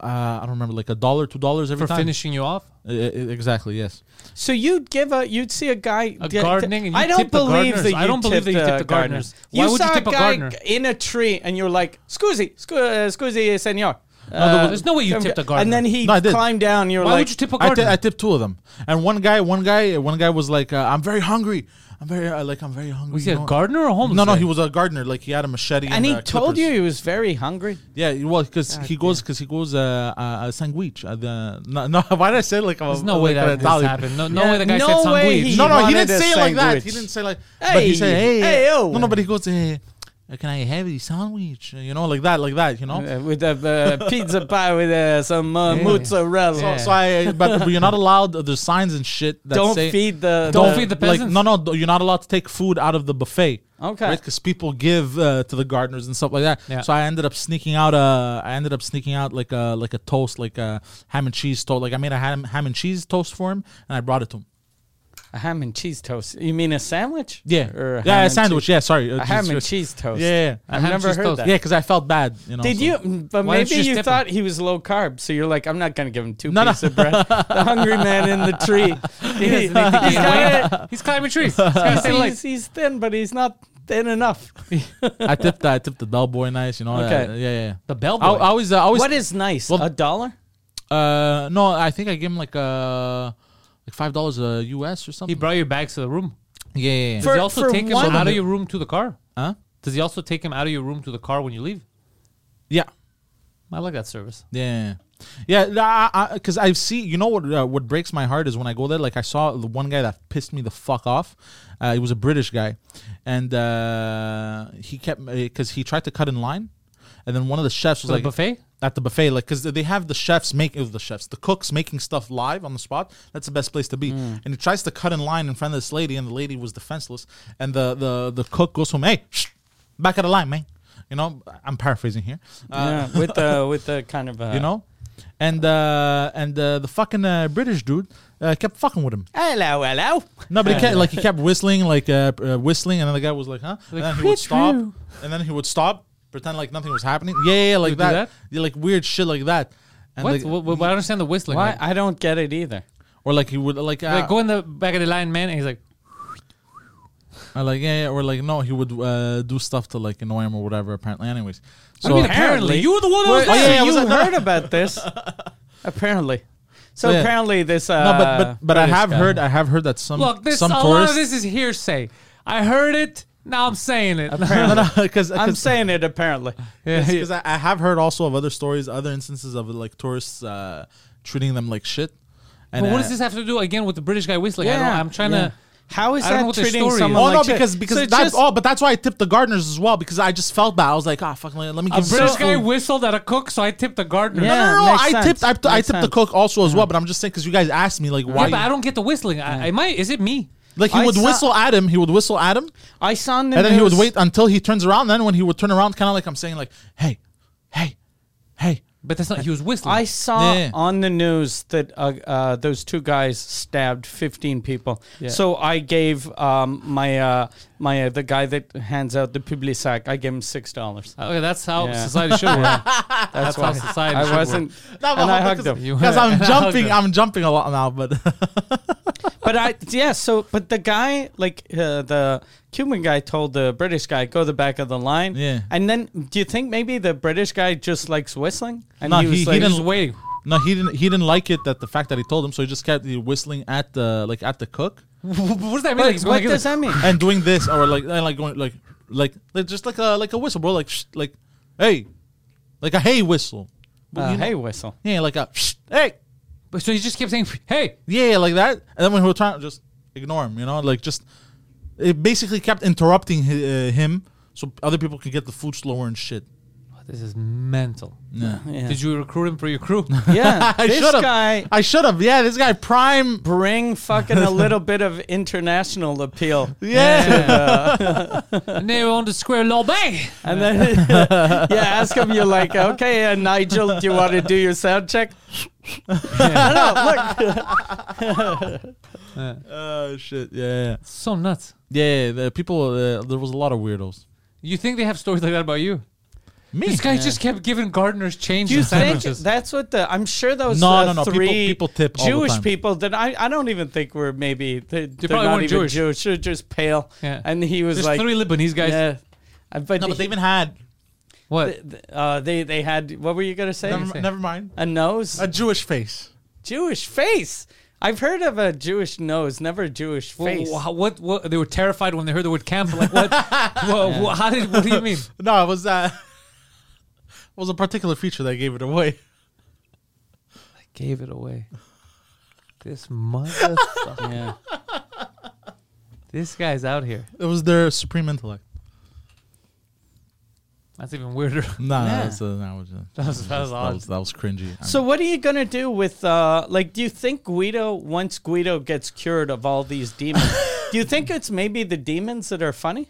S3: I don't remember, like a dollar, two dollars every
S1: for
S3: time.
S1: finishing you off.
S3: Uh, uh, exactly. Yes.
S2: So you'd give a you'd see a guy
S1: A
S2: get-
S1: gardening and you
S2: I don't
S1: tip the
S2: believe
S1: gardeners.
S2: that you
S1: I don't believe that you tip the gardeners. Why
S2: you
S1: would you
S2: saw
S1: tip
S2: a
S1: a
S2: guy
S1: gardener?
S2: g- in a tree and you're like, "Scusi, scu- uh, scusi, senor."
S1: there
S2: Uh,
S1: was- there's no way you
S2: come-
S1: tipped a gardener.
S2: And then he
S3: No, I did.
S2: climbed down. You're
S1: Why
S2: like,
S1: would you tip a
S3: I, ti-
S1: gardener?
S3: I tipped two of them, and one guy, one guy, one guy was like, uh, "I'm very hungry. I'm very uh, like I'm very hungry."
S1: was he
S3: you
S1: a
S3: know?
S1: gardener or a homeless?
S3: No, no,
S1: guy?
S3: he was a gardener. Like he had a machete.
S2: and he
S3: uh,
S2: told you
S3: clippers.
S2: he was very hungry.
S3: Yeah, well, because he goes, because he goes, uh, uh, a sandwich. Uh, the, no, no, why did I say like?
S1: There's no way
S3: like an
S1: that this
S3: Italian?
S1: happened. No, no
S2: Yeah,
S1: way the guy
S2: no
S1: said
S2: way
S1: sandwich.
S2: he-
S3: No, no, he didn't
S2: wanted a
S3: say it like that. He
S2: sandwich.
S3: didn't say like. but he said,
S2: Hey,
S3: "Hey,
S2: hey, yo."
S3: no, no." But he goes, "Hey, uh, can I have a sandwich? You know, like that, like that. You know."
S2: Uh, with a uh, pizza pie with uh, some uh, mozzarella.
S3: So, so I, but you're not allowed. There's signs and shit that
S2: don't
S3: say,
S2: feed the
S1: Don't
S2: the-
S1: feed the
S3: like
S1: peasants.
S3: no no th- you're not allowed to take food out of the buffet
S2: Okay.
S3: because people give uh, to the gardeners and stuff like that
S1: Yeah.
S3: so i ended up sneaking out uh i ended up sneaking out like a like a toast like a ham and cheese toast like i made a ham, ham and cheese toast for him and i brought it to him
S2: a ham and cheese toast. You mean a sandwich?
S3: yeah
S2: Or
S3: yeah
S2: ham
S3: a
S2: and
S3: sandwich
S2: cheese-
S3: yeah sorry Uh,
S2: A ham and cheese toast.
S3: yeah, yeah, yeah.
S2: I've
S1: ham and
S2: never
S1: cheese
S2: heard
S1: toast.
S2: that.
S3: yeah because i felt bad you know
S2: Did
S3: so-
S2: you? mm, But
S1: Why don't
S2: maybe
S1: you
S2: you
S1: step
S2: thought he was low carb, so you're like, I'm not gonna give him two
S3: No, no.
S2: pieces of bread. the hungry man in the tree. He-
S1: He
S2: he's,
S1: doesn't need to gain
S2: kinda-
S1: weight. He's climbing trees. He's gotta stay like-
S2: he's- he's thin, but he's not thin enough.
S3: i tipped i tipped the bellboy nice you know
S2: Okay.
S3: uh, yeah yeah
S1: The bellboy?
S3: I, I always uh, I always
S2: what is nice?
S3: Well-
S2: a dollar?
S3: uh no i think i gave him like uh like five dollars uh, us
S1: He
S3: or something
S1: brought your bags to the room.
S3: yeah yeah, yeah.
S1: Does he also
S2: for
S1: take him
S2: one-
S1: out of your room to the car?
S3: huh
S1: Does he also take him out of your room to the car when you leave?
S3: yeah
S1: I like that service.
S3: Yeah. Yeah, because I, see, you know what? Uh, what breaks my heart is when I go there. Like I saw the one guy that pissed me the fuck off. Uh, he was a British guy, and uh, he kept because he tried to cut in line, and then one of the chefs was
S1: For the
S3: like
S1: buffet?
S3: at the buffet, like because they have the chefs make uh, the chefs, the cooks making stuff live on the spot. That's the best place to be.
S1: Mm.
S3: And he tries to cut in line in front of this lady, and the lady was defenseless. And the the the cook goes home, hey, shh, back out of line, man. You know, I'm paraphrasing here. Uh,
S2: yeah, with the with the kind of uh,
S1: Ah.
S3: you know, and uh, and uh, the fucking uh, British dude uh, kept fucking with him.
S2: Hello, hello.
S3: No, but he kept like he kept whistling, like uh, uh, whistling, and then the guy was like, "Huh?" and then he would stop, and then he would stop, pretend like nothing was happening. Yeah, yeah, yeah like
S1: would do
S3: that.
S1: that?
S3: Yeah, like weird shit like that. And
S1: What?
S3: like-
S1: Wha- wha- I don't understand the whistling.
S2: Why?
S1: Like,
S2: I don't get it either.
S3: or like he would like, uh,
S1: like, go in the back of the line, man, and he's like,
S3: uh, like yeah, yeah, or like no, he would uh, do stuff to like annoy him or whatever. Apparently, anyways. So
S1: mean, apparently? You were the one that
S2: Well,
S1: was there.
S2: so
S3: Yeah, I was
S2: you
S3: at-
S2: heard about this. apparently. So
S3: Yeah.
S2: apparently this. Uh,
S3: no, but but, but I
S2: British
S3: have
S2: guy-
S3: heard I have heard that some
S1: look, this,
S3: some
S1: a lot
S3: tourists
S1: of this is hearsay. I heard it, now I'm saying it.
S3: no, no, because
S2: I'm saying it apparently.
S3: because I, I have heard also of other stories, other instances of like tourists uh, treating them like shit. And
S1: but what
S3: uh,
S1: does this have to do again with the British guy whistling? I don't, I'm trying
S2: yeah.
S1: to.
S2: How is
S1: I don't know
S2: that
S1: what the
S2: treating
S1: story is.
S2: someone?
S3: Oh
S2: like
S3: no,
S2: shit?
S3: because because
S2: So it's
S3: that's
S2: just-
S3: oh, but that's why I tipped the gardeners as well because I just felt bad. I was like, ah, fuck, let, let me
S1: A
S3: give
S1: British
S3: some
S1: guy
S3: food."
S1: whistled at a cook, so I tipped the gardener.
S2: Yeah,
S3: No, no, no,
S2: makes
S3: I
S2: sense.
S3: tipped. I, t- I
S2: Makes
S3: tipped the
S2: sense.
S3: cook also as well, but I'm just saying because you guys asked me like
S1: Yeah,
S3: why,
S1: but I don't get the whistling. I, I might. Is it me?
S3: like he
S2: I
S3: would
S2: saw-
S3: whistle at him. He would whistle at him,
S2: I saw in the
S3: and then he would
S2: news-
S3: wait until he turns around. Then when he would turn around, kind of like I'm saying, like, hey, hey, hey.
S1: But that's not. He was whistling.
S2: I saw
S3: Yeah.
S2: on the news that uh, uh, those two guys stabbed 15 people. So I gave um, my uh, my uh, the guy that hands out the public sack. I gave him six dollars.
S1: okay, that's how
S2: Yeah.
S1: society should work.
S2: That's,
S1: Oh, how
S2: why
S1: society should
S2: I
S1: work.
S2: wasn't,
S3: No, but
S2: and I hugged
S3: because-
S2: him.
S1: You-
S3: Because I'm
S1: And I
S3: jumping,
S1: hugged him.
S3: I'm jumping a lot now. But
S2: but I yeah. So but the guy like uh, the Cuban guy told the British guy go the back of the line.
S3: Yeah.
S2: And then do you think maybe the British guy just likes whistling? And
S3: No, he- he
S1: He
S3: didn't-
S1: was waiting.
S3: no, he didn't. He didn't like it that the fact that he told him, so he just kept whistling at the like at the cook.
S1: what does that mean? Like,
S2: What,
S1: he's
S2: what
S1: going like-
S2: does that mean?
S3: and doing this or like and like going like like like just like a like a whistle, bro. Like shh, like hey, like a hey whistle. But
S2: Uh,
S3: you know-
S2: hey, whistle.
S3: yeah, like a shh, hey,
S1: But So he just kept saying, "Hey,
S3: yeah, like that. And then when we were trying, just ignore him, you know, like just it basically kept interrupting hi- uh, him so other people could get the food slower and shit.
S1: Oh, this is mental."
S3: Yeah.
S2: Yeah.
S1: Did you recruit him for your crew?
S2: Yeah,
S3: I
S2: this
S3: should have.
S2: guy
S3: I should have. Yeah, this guy prime.
S2: bring fucking a little bit of international appeal.
S3: Yeah.
S1: and they were on the square low bay.
S2: And then, yeah, ask him, you're like, okay, uh, Nigel, do you want to do your sound check? I don't know, look.
S3: Oh shit. Yeah. Yeah.
S1: So nuts.
S3: yeah, yeah the people. Uh, there was a lot of weirdos.
S1: You think they have stories like that about you?
S3: Me.
S1: This guy just kept giving gardeners change
S2: Do you
S1: and
S2: think
S1: sandwiches.
S2: that's what the, I'm sure those
S3: No,
S2: uh,
S3: no, no, people-
S2: three
S3: people tip all the
S2: Jewish
S3: time.
S2: people that I, I don't even think were maybe, they, they're
S1: probably
S2: not
S1: weren't
S2: even
S1: Jewish.
S2: Jewish. they're just pale.
S1: Yeah.
S2: And he was
S1: There's
S2: like,
S1: three Lebanese guys.
S2: yeah. Uh, But,
S3: No, but they
S2: he-
S3: even had.
S1: What?
S2: th- th- uh, they, they had, what were you going to say?
S3: Never, never mind.
S2: A nose?
S3: A Jewish face.
S2: Jewish face. I've heard of a Jewish nose, never a Jewish face.
S1: Wha- wha- What, what? They were terrified when they heard the word camp. Like what? wha- wha- how did? What do you mean?
S3: No, it was uh, it was a particular feature that gave it away.
S1: I gave it away. This motherfucker.
S2: Yeah.
S1: this guy's out here.
S3: It was their supreme intellect.
S1: That's even weirder.
S3: No,
S2: Yeah.
S3: no, that's, uh, that was, uh, that
S1: was- that was odd.
S3: that was cringy. I
S2: So
S3: mean,
S2: what are you gonna do with uh like do you think Guido once Guido gets cured of all these demons? do you think it's maybe the demons that are funny?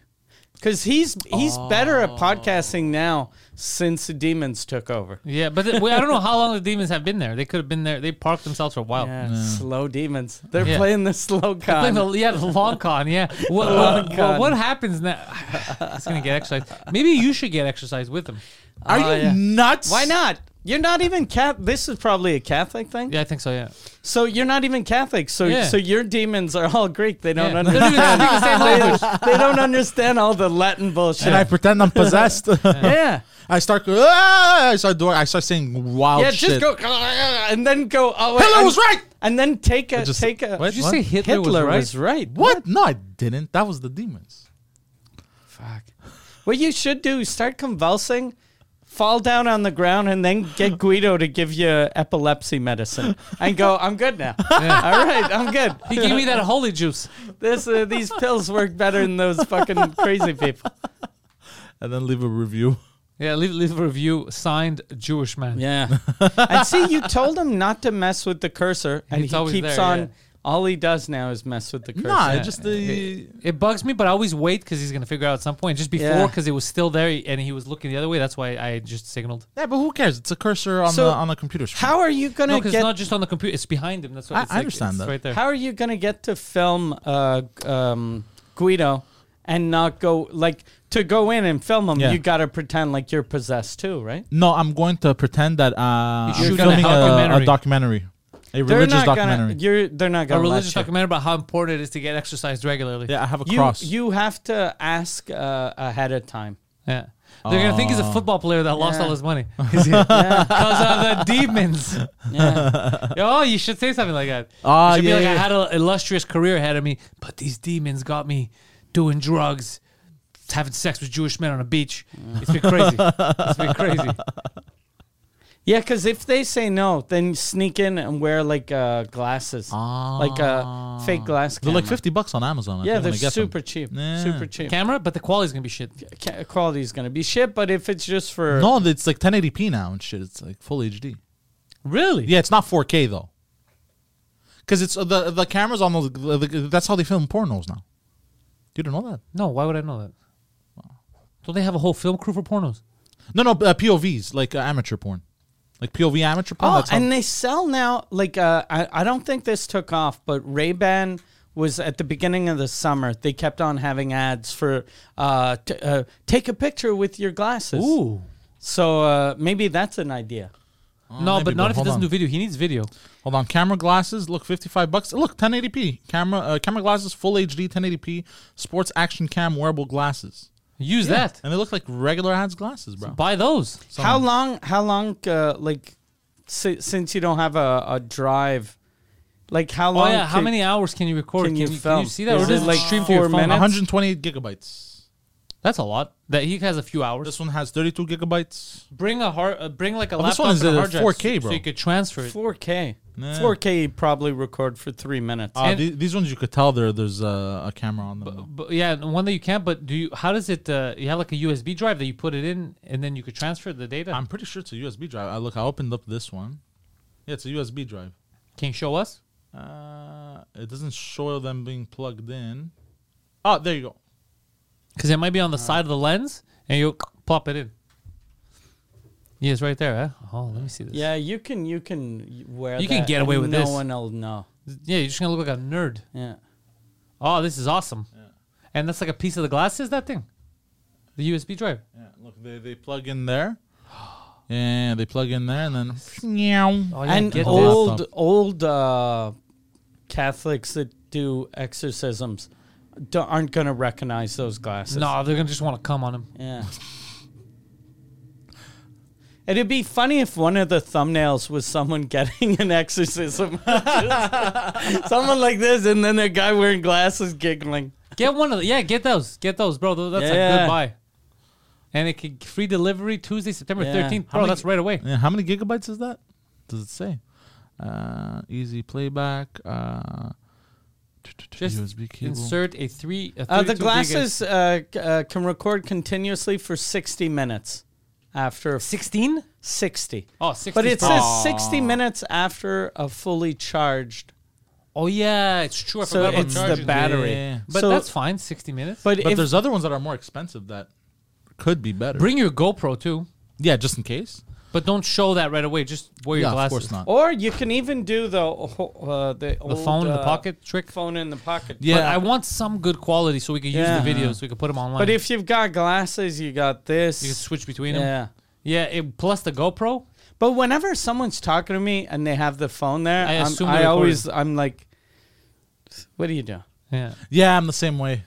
S2: Cuz he's he's better at podcasting now since the demons took over.
S1: Yeah, but th- we- I don't know how long the demons have been there. They could have been there. They parked themselves for a while.
S2: Yeah, slow demons. They're
S1: Yeah.
S2: playing the slow
S1: Playing
S2: con.
S1: the, yeah, the long con. Yeah. What, what, what- what happens now? It's gonna get exercise. Maybe you should get exercise with him.
S3: are you
S2: yeah.
S3: nuts?
S2: Why not? You're not even cat. This is probably a Catholic thing.
S1: Yeah, I think so. Yeah.
S2: So you're not even Catholic. So
S1: Yeah.
S2: so your demons are all Greek. They don't
S1: Yeah. They don't even speak the
S2: understand.
S1: same language.
S2: they don't understand all the Latin bullshit.
S3: And I pretend I'm possessed.
S2: yeah.
S3: I start. Ah, I start doing. I start saying wild
S2: yeah,
S3: Oh,
S2: just
S3: shit.
S2: go and then go. Oh, wait,
S3: Hitler
S2: and-
S3: was right.
S2: And then take a
S3: just-
S2: take a.
S3: what?
S1: Did you say Hitler,
S2: Hitler
S1: was
S2: was
S1: right?
S2: right.
S3: What? No, I didn't. That was the demons.
S2: Fuck. What you should do? is Start convulsing, fall down on the ground, and then get Guido to give you epilepsy medicine, and go. I'm good now. All right, I'm good.
S1: He gave me that holy juice.
S2: This uh, these pills work better than those fucking crazy people.
S3: And then leave a review.
S1: Yeah, leave, leave a review. Signed Jewish man.
S2: Yeah. and see, you told him not to mess with the cursor, and
S1: He's
S2: he
S1: always
S2: keeps
S1: there,
S2: on.
S1: yeah.
S2: All he does now is mess with the cursor.
S3: Nah, it just the.
S1: It, it bugs me, but I always wait because he's gonna figure out at some point. Just before,
S2: Yeah.
S1: because it was still there and he was looking the other way. That's why I just signaled.
S3: Yeah, but who cares? It's a cursor on
S2: So,
S3: the on a computer screen.
S2: How are you gonna
S1: No, because
S2: get?
S1: it's not just on the computer; it's behind him. That's what
S3: I-
S1: it's
S3: I
S1: like,
S3: understand
S1: it's
S3: that.
S1: Right there.
S2: How are you going to get to film uh, g- um, Guido and not go like to go in and film them.
S3: Yeah.
S2: You got to pretend like you're possessed too, right?
S3: No, I'm going to pretend that uh, I'm
S1: should
S2: gonna
S3: filming a
S1: documentary.
S3: a documentary, a religious
S2: they're not
S3: documentary.
S2: Gonna, you're they're not
S1: A
S2: gonna.
S1: religious
S2: let you.
S1: documentary about how important it is to get exercised regularly.
S3: yeah, I have a
S2: You
S3: cross.
S2: you have to ask uh, ahead of time.
S1: Yeah. They're gonna think he's
S3: Oh.
S1: a football player that lost
S2: Yeah.
S1: all his money because of the demons. Oh, you should say something like that.
S3: Ah,
S1: you should
S3: yeah,
S1: be like,
S3: yeah.
S1: I had an illustrious career ahead of me, but these demons got me doing drugs, having sex with Jewish men on a beach. It's been crazy. it's been crazy.
S2: Yeah, because if they say no, then sneak in and wear like uh, glasses, like uh, fake glass.
S3: Ah. they're like
S2: camera.
S3: fifty bucks on Amazon. I
S2: Yeah,
S3: think, when
S2: they're
S3: I get them.
S2: super cheap.
S3: Yeah.
S2: Super cheap.
S1: Camera, but the quality's gonna be shit.
S2: Ca- quality's gonna be shit, but if it's just for
S3: No, it's like 1080p now and shit. It's like full HD.
S1: Really?
S3: Yeah, it's not 4K though. Because it's uh, the the cameras on those. The, the- that's how they film pornos now. You didn't know that?
S1: No, why would I know that? Don't they have a whole film crew for pornos?
S3: No, no, uh, POVs like uh, amateur porn, like POV amateur porn.
S2: Oh,
S3: that's how-
S2: and they sell now. Like, uh, I, I don't think this took off, but Ray Ban was at the beginning of the summer. They kept on having ads for uh, t- uh, take a picture with your glasses. So uh, maybe that's an idea.
S1: no,
S3: maybe,
S1: but not
S3: but
S1: if he
S3: hold
S1: doesn't
S3: on.
S1: do video. He needs video.
S3: Hold on, camera glasses. Look, fifty-five bucks. Look, ten eighty p. Camera, uh, camera glasses, full HD, ten eighty p. Sports action cam wearable glasses,
S1: Use that.
S3: and they look like regular ads glasses, bro.
S1: Buy those.
S2: How long? How long? Uh, like, si- since you don't have a, a drive, like how
S1: Oh
S2: long?
S1: yeah, how
S2: um, can-
S1: many hours can you record?
S2: can you film?
S1: see that?
S2: Is
S1: or does
S2: it
S1: it
S2: like
S1: stream to
S2: four
S1: your phone?
S2: minutes?
S3: One hundred twenty-eight gigabytes.
S1: That's a lot. That he has a few hours.
S3: This one has thirty-two gigabytes.
S1: bring a hard, uh, bring like a
S3: this
S1: laptop
S3: one is
S1: and a
S3: a
S1: hard drive,
S3: 4K,
S1: so-
S3: bro.
S1: So you could transfer it.
S2: 4K. 4K probably record for three minutes.
S3: Uh,
S1: And-
S3: the- these ones you could tell there. There's uh, a camera on them. though.
S1: But yeah, and one that you can't. But do you? How does it? Uh, you have like a USB drive that you put it in, and then you could transfer the data.
S3: I'm pretty sure it's a USB drive. I look. I opened up this one. Yeah, it's a USB drive.
S1: can you show us?
S3: Uh, it doesn't show them being plugged in. Oh, there you go.
S1: Because it might be on
S2: Uh-huh.
S1: the side of the lens, and you pop it in. Yeah, it's right there. Huh? Oh, let me see this.
S2: yeah, you can you can wear.
S1: You can
S2: that
S1: get away
S2: and
S1: with
S2: no
S1: this.
S2: No one will know.
S1: yeah, you're just gonna look like a nerd.
S2: Yeah.
S1: Oh, this is awesome. And that's like a piece of the glasses. That thing, the USB drive.
S3: Yeah, look, they, they plug in there. Yeah, they plug in there and then. meow.
S1: Oh, yeah,
S2: and
S1: get this.
S2: old old uh, Catholics that do exorcisms do aren't going to recognize those glasses.
S1: No, they're gonna just want to come on him.
S2: Yeah. It'd be funny if one of the thumbnails was someone getting an exorcism. someone like this, and then a guy wearing glasses giggling.
S1: Get one of the, yeah, get those, get those, bro. Tho- That's a
S2: Yeah.
S1: good buy. And it can free delivery Tuesday, September
S2: Yeah.
S1: thirteenth, bro. That's right away.
S3: Yeah, how many gigabytes is that? Does it say? Uh, easy playback. Uh,
S1: Just
S3: USB cable.
S1: insert a three. A
S2: Uh,
S1: 32
S2: the
S1: gig-
S2: glasses uh, c- uh, can record continuously for 60 minutes after f-
S1: Sixteen.
S2: 60.
S1: Oh, 60
S2: But
S1: is
S2: it
S1: perfect.
S2: says 60 minutes after a fully charged.
S1: Oh yeah, it's true. I
S2: So
S1: forgot about
S2: it's the
S1: charging.
S2: battery.
S3: Yeah.
S1: But
S2: So-
S1: that's fine. Sixty minutes.
S2: But,
S3: But
S2: if
S3: there's other ones that are more expensive that could be better.
S1: bring your GoPro too.
S3: yeah, just in case.
S1: But don't show that right away. Just wear your
S3: Yeah, of
S1: glasses.
S3: course not.
S2: or you can even do the ho- uh, the,
S1: The
S2: old,
S1: phone in the
S2: uh,
S1: pocket trick.
S2: phone in the pocket.
S3: Yeah.
S1: But I want some good quality so we can use
S2: Yeah.
S1: the videos. we can put them online.
S2: But if you've got glasses, you got this.
S1: you can switch between them.
S2: yeah.
S1: Yeah. It, plus the GoPro.
S2: But whenever someone's talking to me and they have the phone there,
S1: I
S2: I, am
S1: assume
S2: I
S1: they're
S2: always I'm like, what do you do?
S1: Yeah.
S3: Yeah, I'm the same way.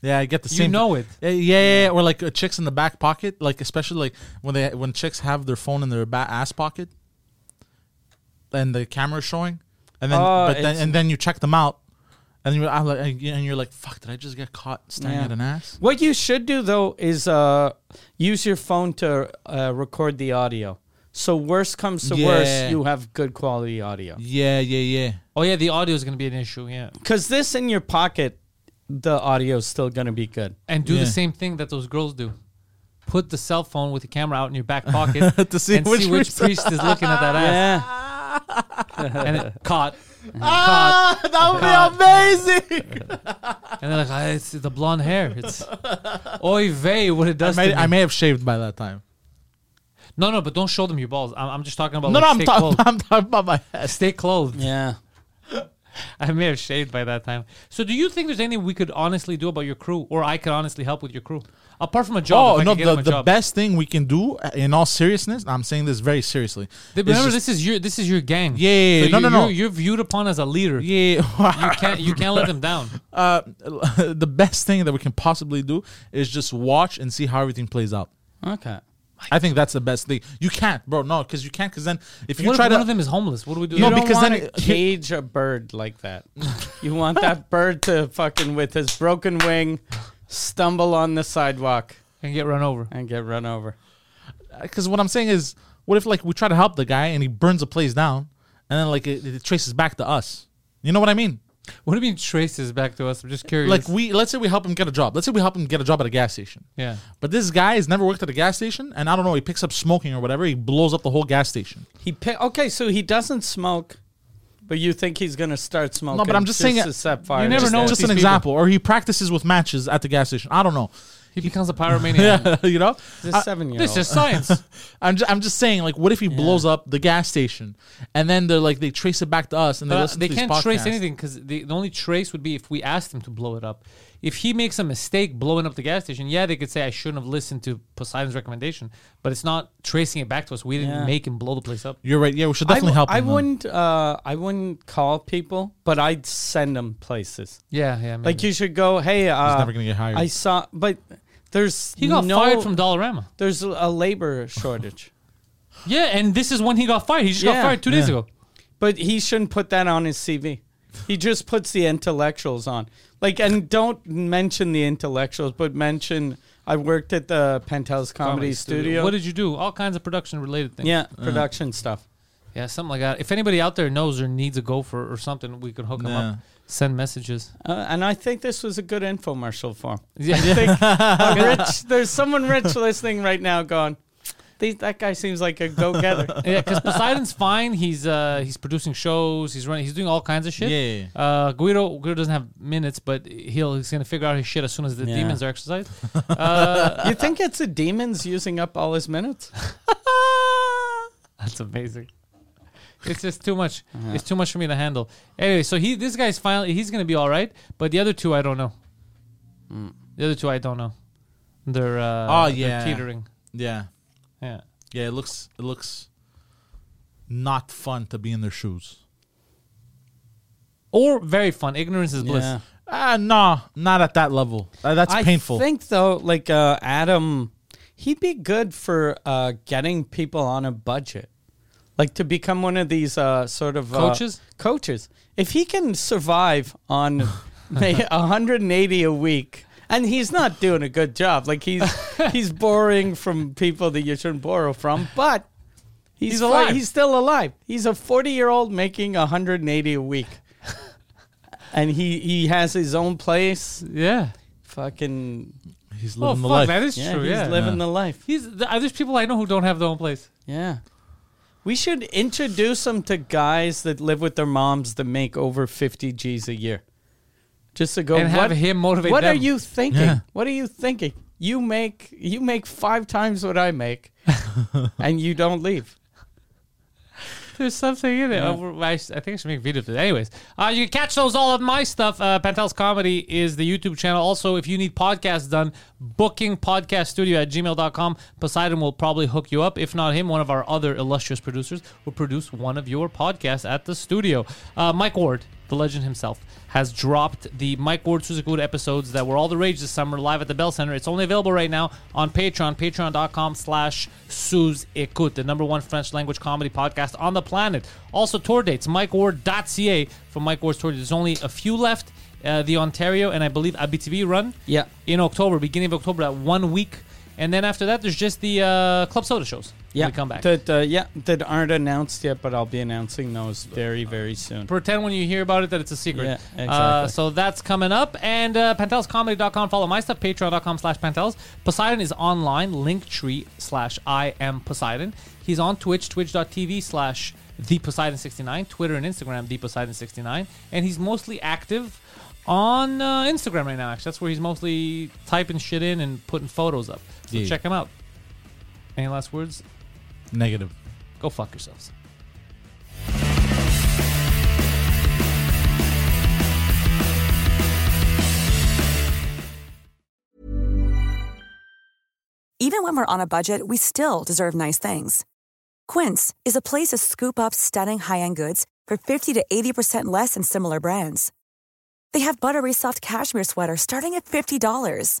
S3: Yeah, I get the
S1: You
S3: same.
S1: know it.
S3: Yeah, yeah, yeah. Or like uh, chicks in the back pocket, like especially like when they when chicks have their phone in their back ass pocket, and the camera's showing, and then
S2: Oh,
S3: but then
S2: it's-
S3: and then you check them out, and you're I'm like and you- and you're like, fuck, did I just get caught staring
S2: Yeah.
S3: at an ass?
S2: What you should do though is uh, use your phone to uh, record the audio. So worst comes to
S3: Yeah.
S2: worst, you have good quality audio.
S3: Yeah, yeah, yeah.
S1: Oh yeah, the audio is gonna be an issue. Yeah.
S2: Because this in your pocket, the audio is still gonna be good.
S1: and do
S3: Yeah.
S1: the same thing that those girls do. Put the cell phone with the camera out in your back pocket
S3: To see
S1: and
S3: which
S1: see which
S3: priest-
S1: priest is looking at that ass.
S2: Yeah,
S1: And it, caught. Uh-huh. caught.
S3: Ah, That would be amazing.
S1: And they're like, "Ah, it's the blonde hair. It's oy vey what it
S3: I
S1: does
S3: may,
S1: to me.
S3: I may have shaved by that time.
S1: no, no, but don't Oh, show them your balls. I'm, I'm just talking about
S3: No,
S1: like,
S3: no, I'm
S1: stay
S3: talking.
S1: clothed.
S3: I'm talking about my head.
S1: stay clothed.
S2: yeah.
S1: I may have shaved by that time. So, do you think there's anything we could honestly do about your crew, or I could honestly help with your crew, apart from a job?
S3: Oh
S1: if I
S3: no!
S1: could get
S3: The,
S1: them a
S3: the
S1: job.
S3: best thing we can do, uh, in all seriousness, I'm saying this very seriously.
S1: Th-
S3: is
S1: Remember,
S3: just-
S1: this is your this is your gang.
S3: Yeah, yeah, yeah.
S1: So
S3: No,
S1: you-
S3: no, no.
S1: You're, you're viewed upon as a leader.
S3: yeah.
S1: You can't you can't let them down.
S3: uh, the best thing that we can possibly do is just watch and see how everything plays out.
S2: Okay.
S3: I think that's the best thing. You can't, bro. No, because you can't. Because then, if you
S1: what if
S3: try
S1: one
S3: to,
S1: of them is homeless? What do we do?
S3: No,
S2: You
S1: then?
S2: don't
S3: because
S2: want
S3: then
S2: to cage a bird like that. you want that bird to fucking with his broken wing stumble on the sidewalk
S1: and get run over.
S2: and get run over.
S3: because what I'm saying is, what if like we try to help the guy and he burns the place down, and then like it, it traces back to us. You know what I mean?
S1: What do you mean traces back to us? I'm just curious.
S3: Like we, let's say we help him get a job. Let's say we help him get a job at a gas station.
S1: Yeah.
S3: But this guy has never worked at a gas station, and I don't know. He picks up smoking or whatever. He blows up the whole gas station.
S2: He pi- okay, so he doesn't smoke, but you think he's gonna start smoking?
S3: No, but I'm just saying.
S2: to set fire
S1: You
S2: to
S1: never
S2: it.
S1: know with
S3: Just an
S1: these
S3: example, or he practices with matches at the gas station. I don't know.
S1: he becomes a pyromaniac.
S3: you know.
S2: He's a seven year
S1: Uh, This
S2: old.
S1: is science.
S3: I'm just, I'm just saying, like, what if he blows up the gas station and then they're like, they trace it back to us
S2: Uh,
S3: and they
S1: But
S3: listen
S1: Uh, they
S3: to these
S1: can't trace
S3: podcasts?
S1: anything because the, the only trace would be if we asked him to blow it up. If he makes a mistake blowing up the gas station, yeah, they could say I shouldn't have listened to Poseidon's recommendation, but it's not tracing it back to us. We didn't
S2: Yeah.
S1: make him blow the place up.
S3: You're right. Yeah, we should
S2: I,
S3: definitely
S2: w-
S3: help.
S2: I
S3: him then.
S2: wouldn't. Uh, I wouldn't call people, but I'd send them places.
S1: Yeah, yeah.
S2: Like you should go. Hey, uh,
S3: never gonna get hired.
S2: I saw, but there's
S1: he got
S2: no,
S1: fired from Dollarama.
S2: There's a labor shortage,
S1: Yeah, and this is when he got fired. He just got
S2: Yeah.
S1: fired two days ago.
S2: but he shouldn't put that on his CV. He just puts the intellectuals on. Like, and don't mention the intellectuals, but mention I worked at the Penthouse Comedy, Studio.
S1: What did you do? All kinds of production related things.
S2: yeah, production stuff.
S1: yeah, something like that. If anybody out there knows or needs a gopher or something, we can hook them
S3: Yeah.
S1: up. Send messages.
S2: Uh, and I think this was a good infomercial for him.
S1: Yeah.
S2: I think a rich, there's someone rich listening right now going, "These- that guy seems like a go-getter.
S1: yeah, because Poseidon's fine. He's uh he's producing shows. He's running. He's doing all kinds of shit.
S3: Yeah, yeah,
S1: Uh, Guido Guido doesn't have minutes, but he'll he's gonna figure out his shit as soon as the
S2: Yeah.
S1: demons are exercised. Uh,
S2: you think it's the demons using up all his minutes?
S1: that's amazing. It's just too much.
S2: Uh-huh.
S1: It's too much for me to handle. Anyway, so he this guy's finally he's gonna be all right, but the other two I don't know.
S2: Mm.
S1: The other two I don't know. They're uh,
S3: Oh,
S1: they're
S3: yeah.
S1: teetering.
S3: Yeah,
S1: Yeah.
S3: yeah. It looks, it looks not fun to be in their shoes.
S1: Or very fun. Ignorance is bliss.
S2: Yeah.
S3: Ah, no, not at that level. Uh, that's painful.
S2: I think though, like uh, Adam, he'd be good for uh, getting people on a budget, like to become one of these uh, sort of uh,
S1: Coaches?
S2: coaches, if he can survive on ma- 180 a week. And he's not doing a good job. Like he's he's borrowing from people that you shouldn't borrow from, but he's,
S1: He's
S2: fi-
S1: alive.
S2: He's still alive. He's a 40 year old making 180 a week, and he he has his own place.
S1: Yeah.
S2: Fucking
S3: he's
S1: Oh fuck,
S3: living the life.
S1: that is
S2: yeah,
S1: true.
S2: he's
S1: yeah.
S2: living the life.
S1: He's th- uh, there's people I know who don't have their own place.
S2: Yeah. We should introduce him to guys that live with their moms that make over 50 G's a year. Just to go
S1: And have
S2: what-
S1: him motivate
S2: What are
S1: them."
S2: you thinking?
S3: Yeah.
S2: What are you thinking? You make you make 5 times what I make and you don't leave.
S1: There's something in it. Uh, we're- I, s- I think I should make videos of it. Anyways, uh, you can catch those all of my stuff. Uh, Pantel's Comedy is the YouTube channel. Also, if you need podcasts done, booking podcaststudio at gmail.com. Poseidon will probably hook you up. If not him, one of our other illustrious producers will produce one of your podcasts at the studio. Uh, Mike Ward, the legend himself, has dropped the Mike Ward Suzukuda episodes that were all the rage this summer live at the Bell Center. It's only available right now on Patreon, patreon.com slash Suz Écoute, the number one French language comedy podcast on the planet. Also, tour dates, mikeward.ca for Mike Ward's tour dates. There's only a few left. Uh, the Ontario and I believe Abitibi run
S2: Yeah.
S1: in October, beginning of October, that one week. And then after that, there's just the uh, Club Soda shows. when
S2: Yeah.
S1: we come back.
S2: That uh, yeah, that aren't announced yet, but I'll be announcing those very very soon.
S1: pretend when you hear about it that it's a secret.
S2: Yeah,
S1: Uh,
S2: exactly.
S1: so that's coming up. And uh, PantelsComedy.com. Follow my stuff, patreon.com slash Pantels. Poseidon is online, linktree slash I am Poseidon. He's on Twitch, twitch.tv slash the Poseidon69, Twitter and Instagram, the Poseidon69. And he's mostly active on uh, Instagram right now, actually. That's where he's mostly typing shit in and putting photos up. So
S3: Yeah.
S1: check him out. Any last words?
S3: Negative.
S1: Go fuck yourselves.
S5: Even when we're on a budget, we still deserve nice things. Quince is a place to scoop up stunning high end goods for 50 to 80% less than similar brands. They have buttery soft cashmere sweaters starting at $50,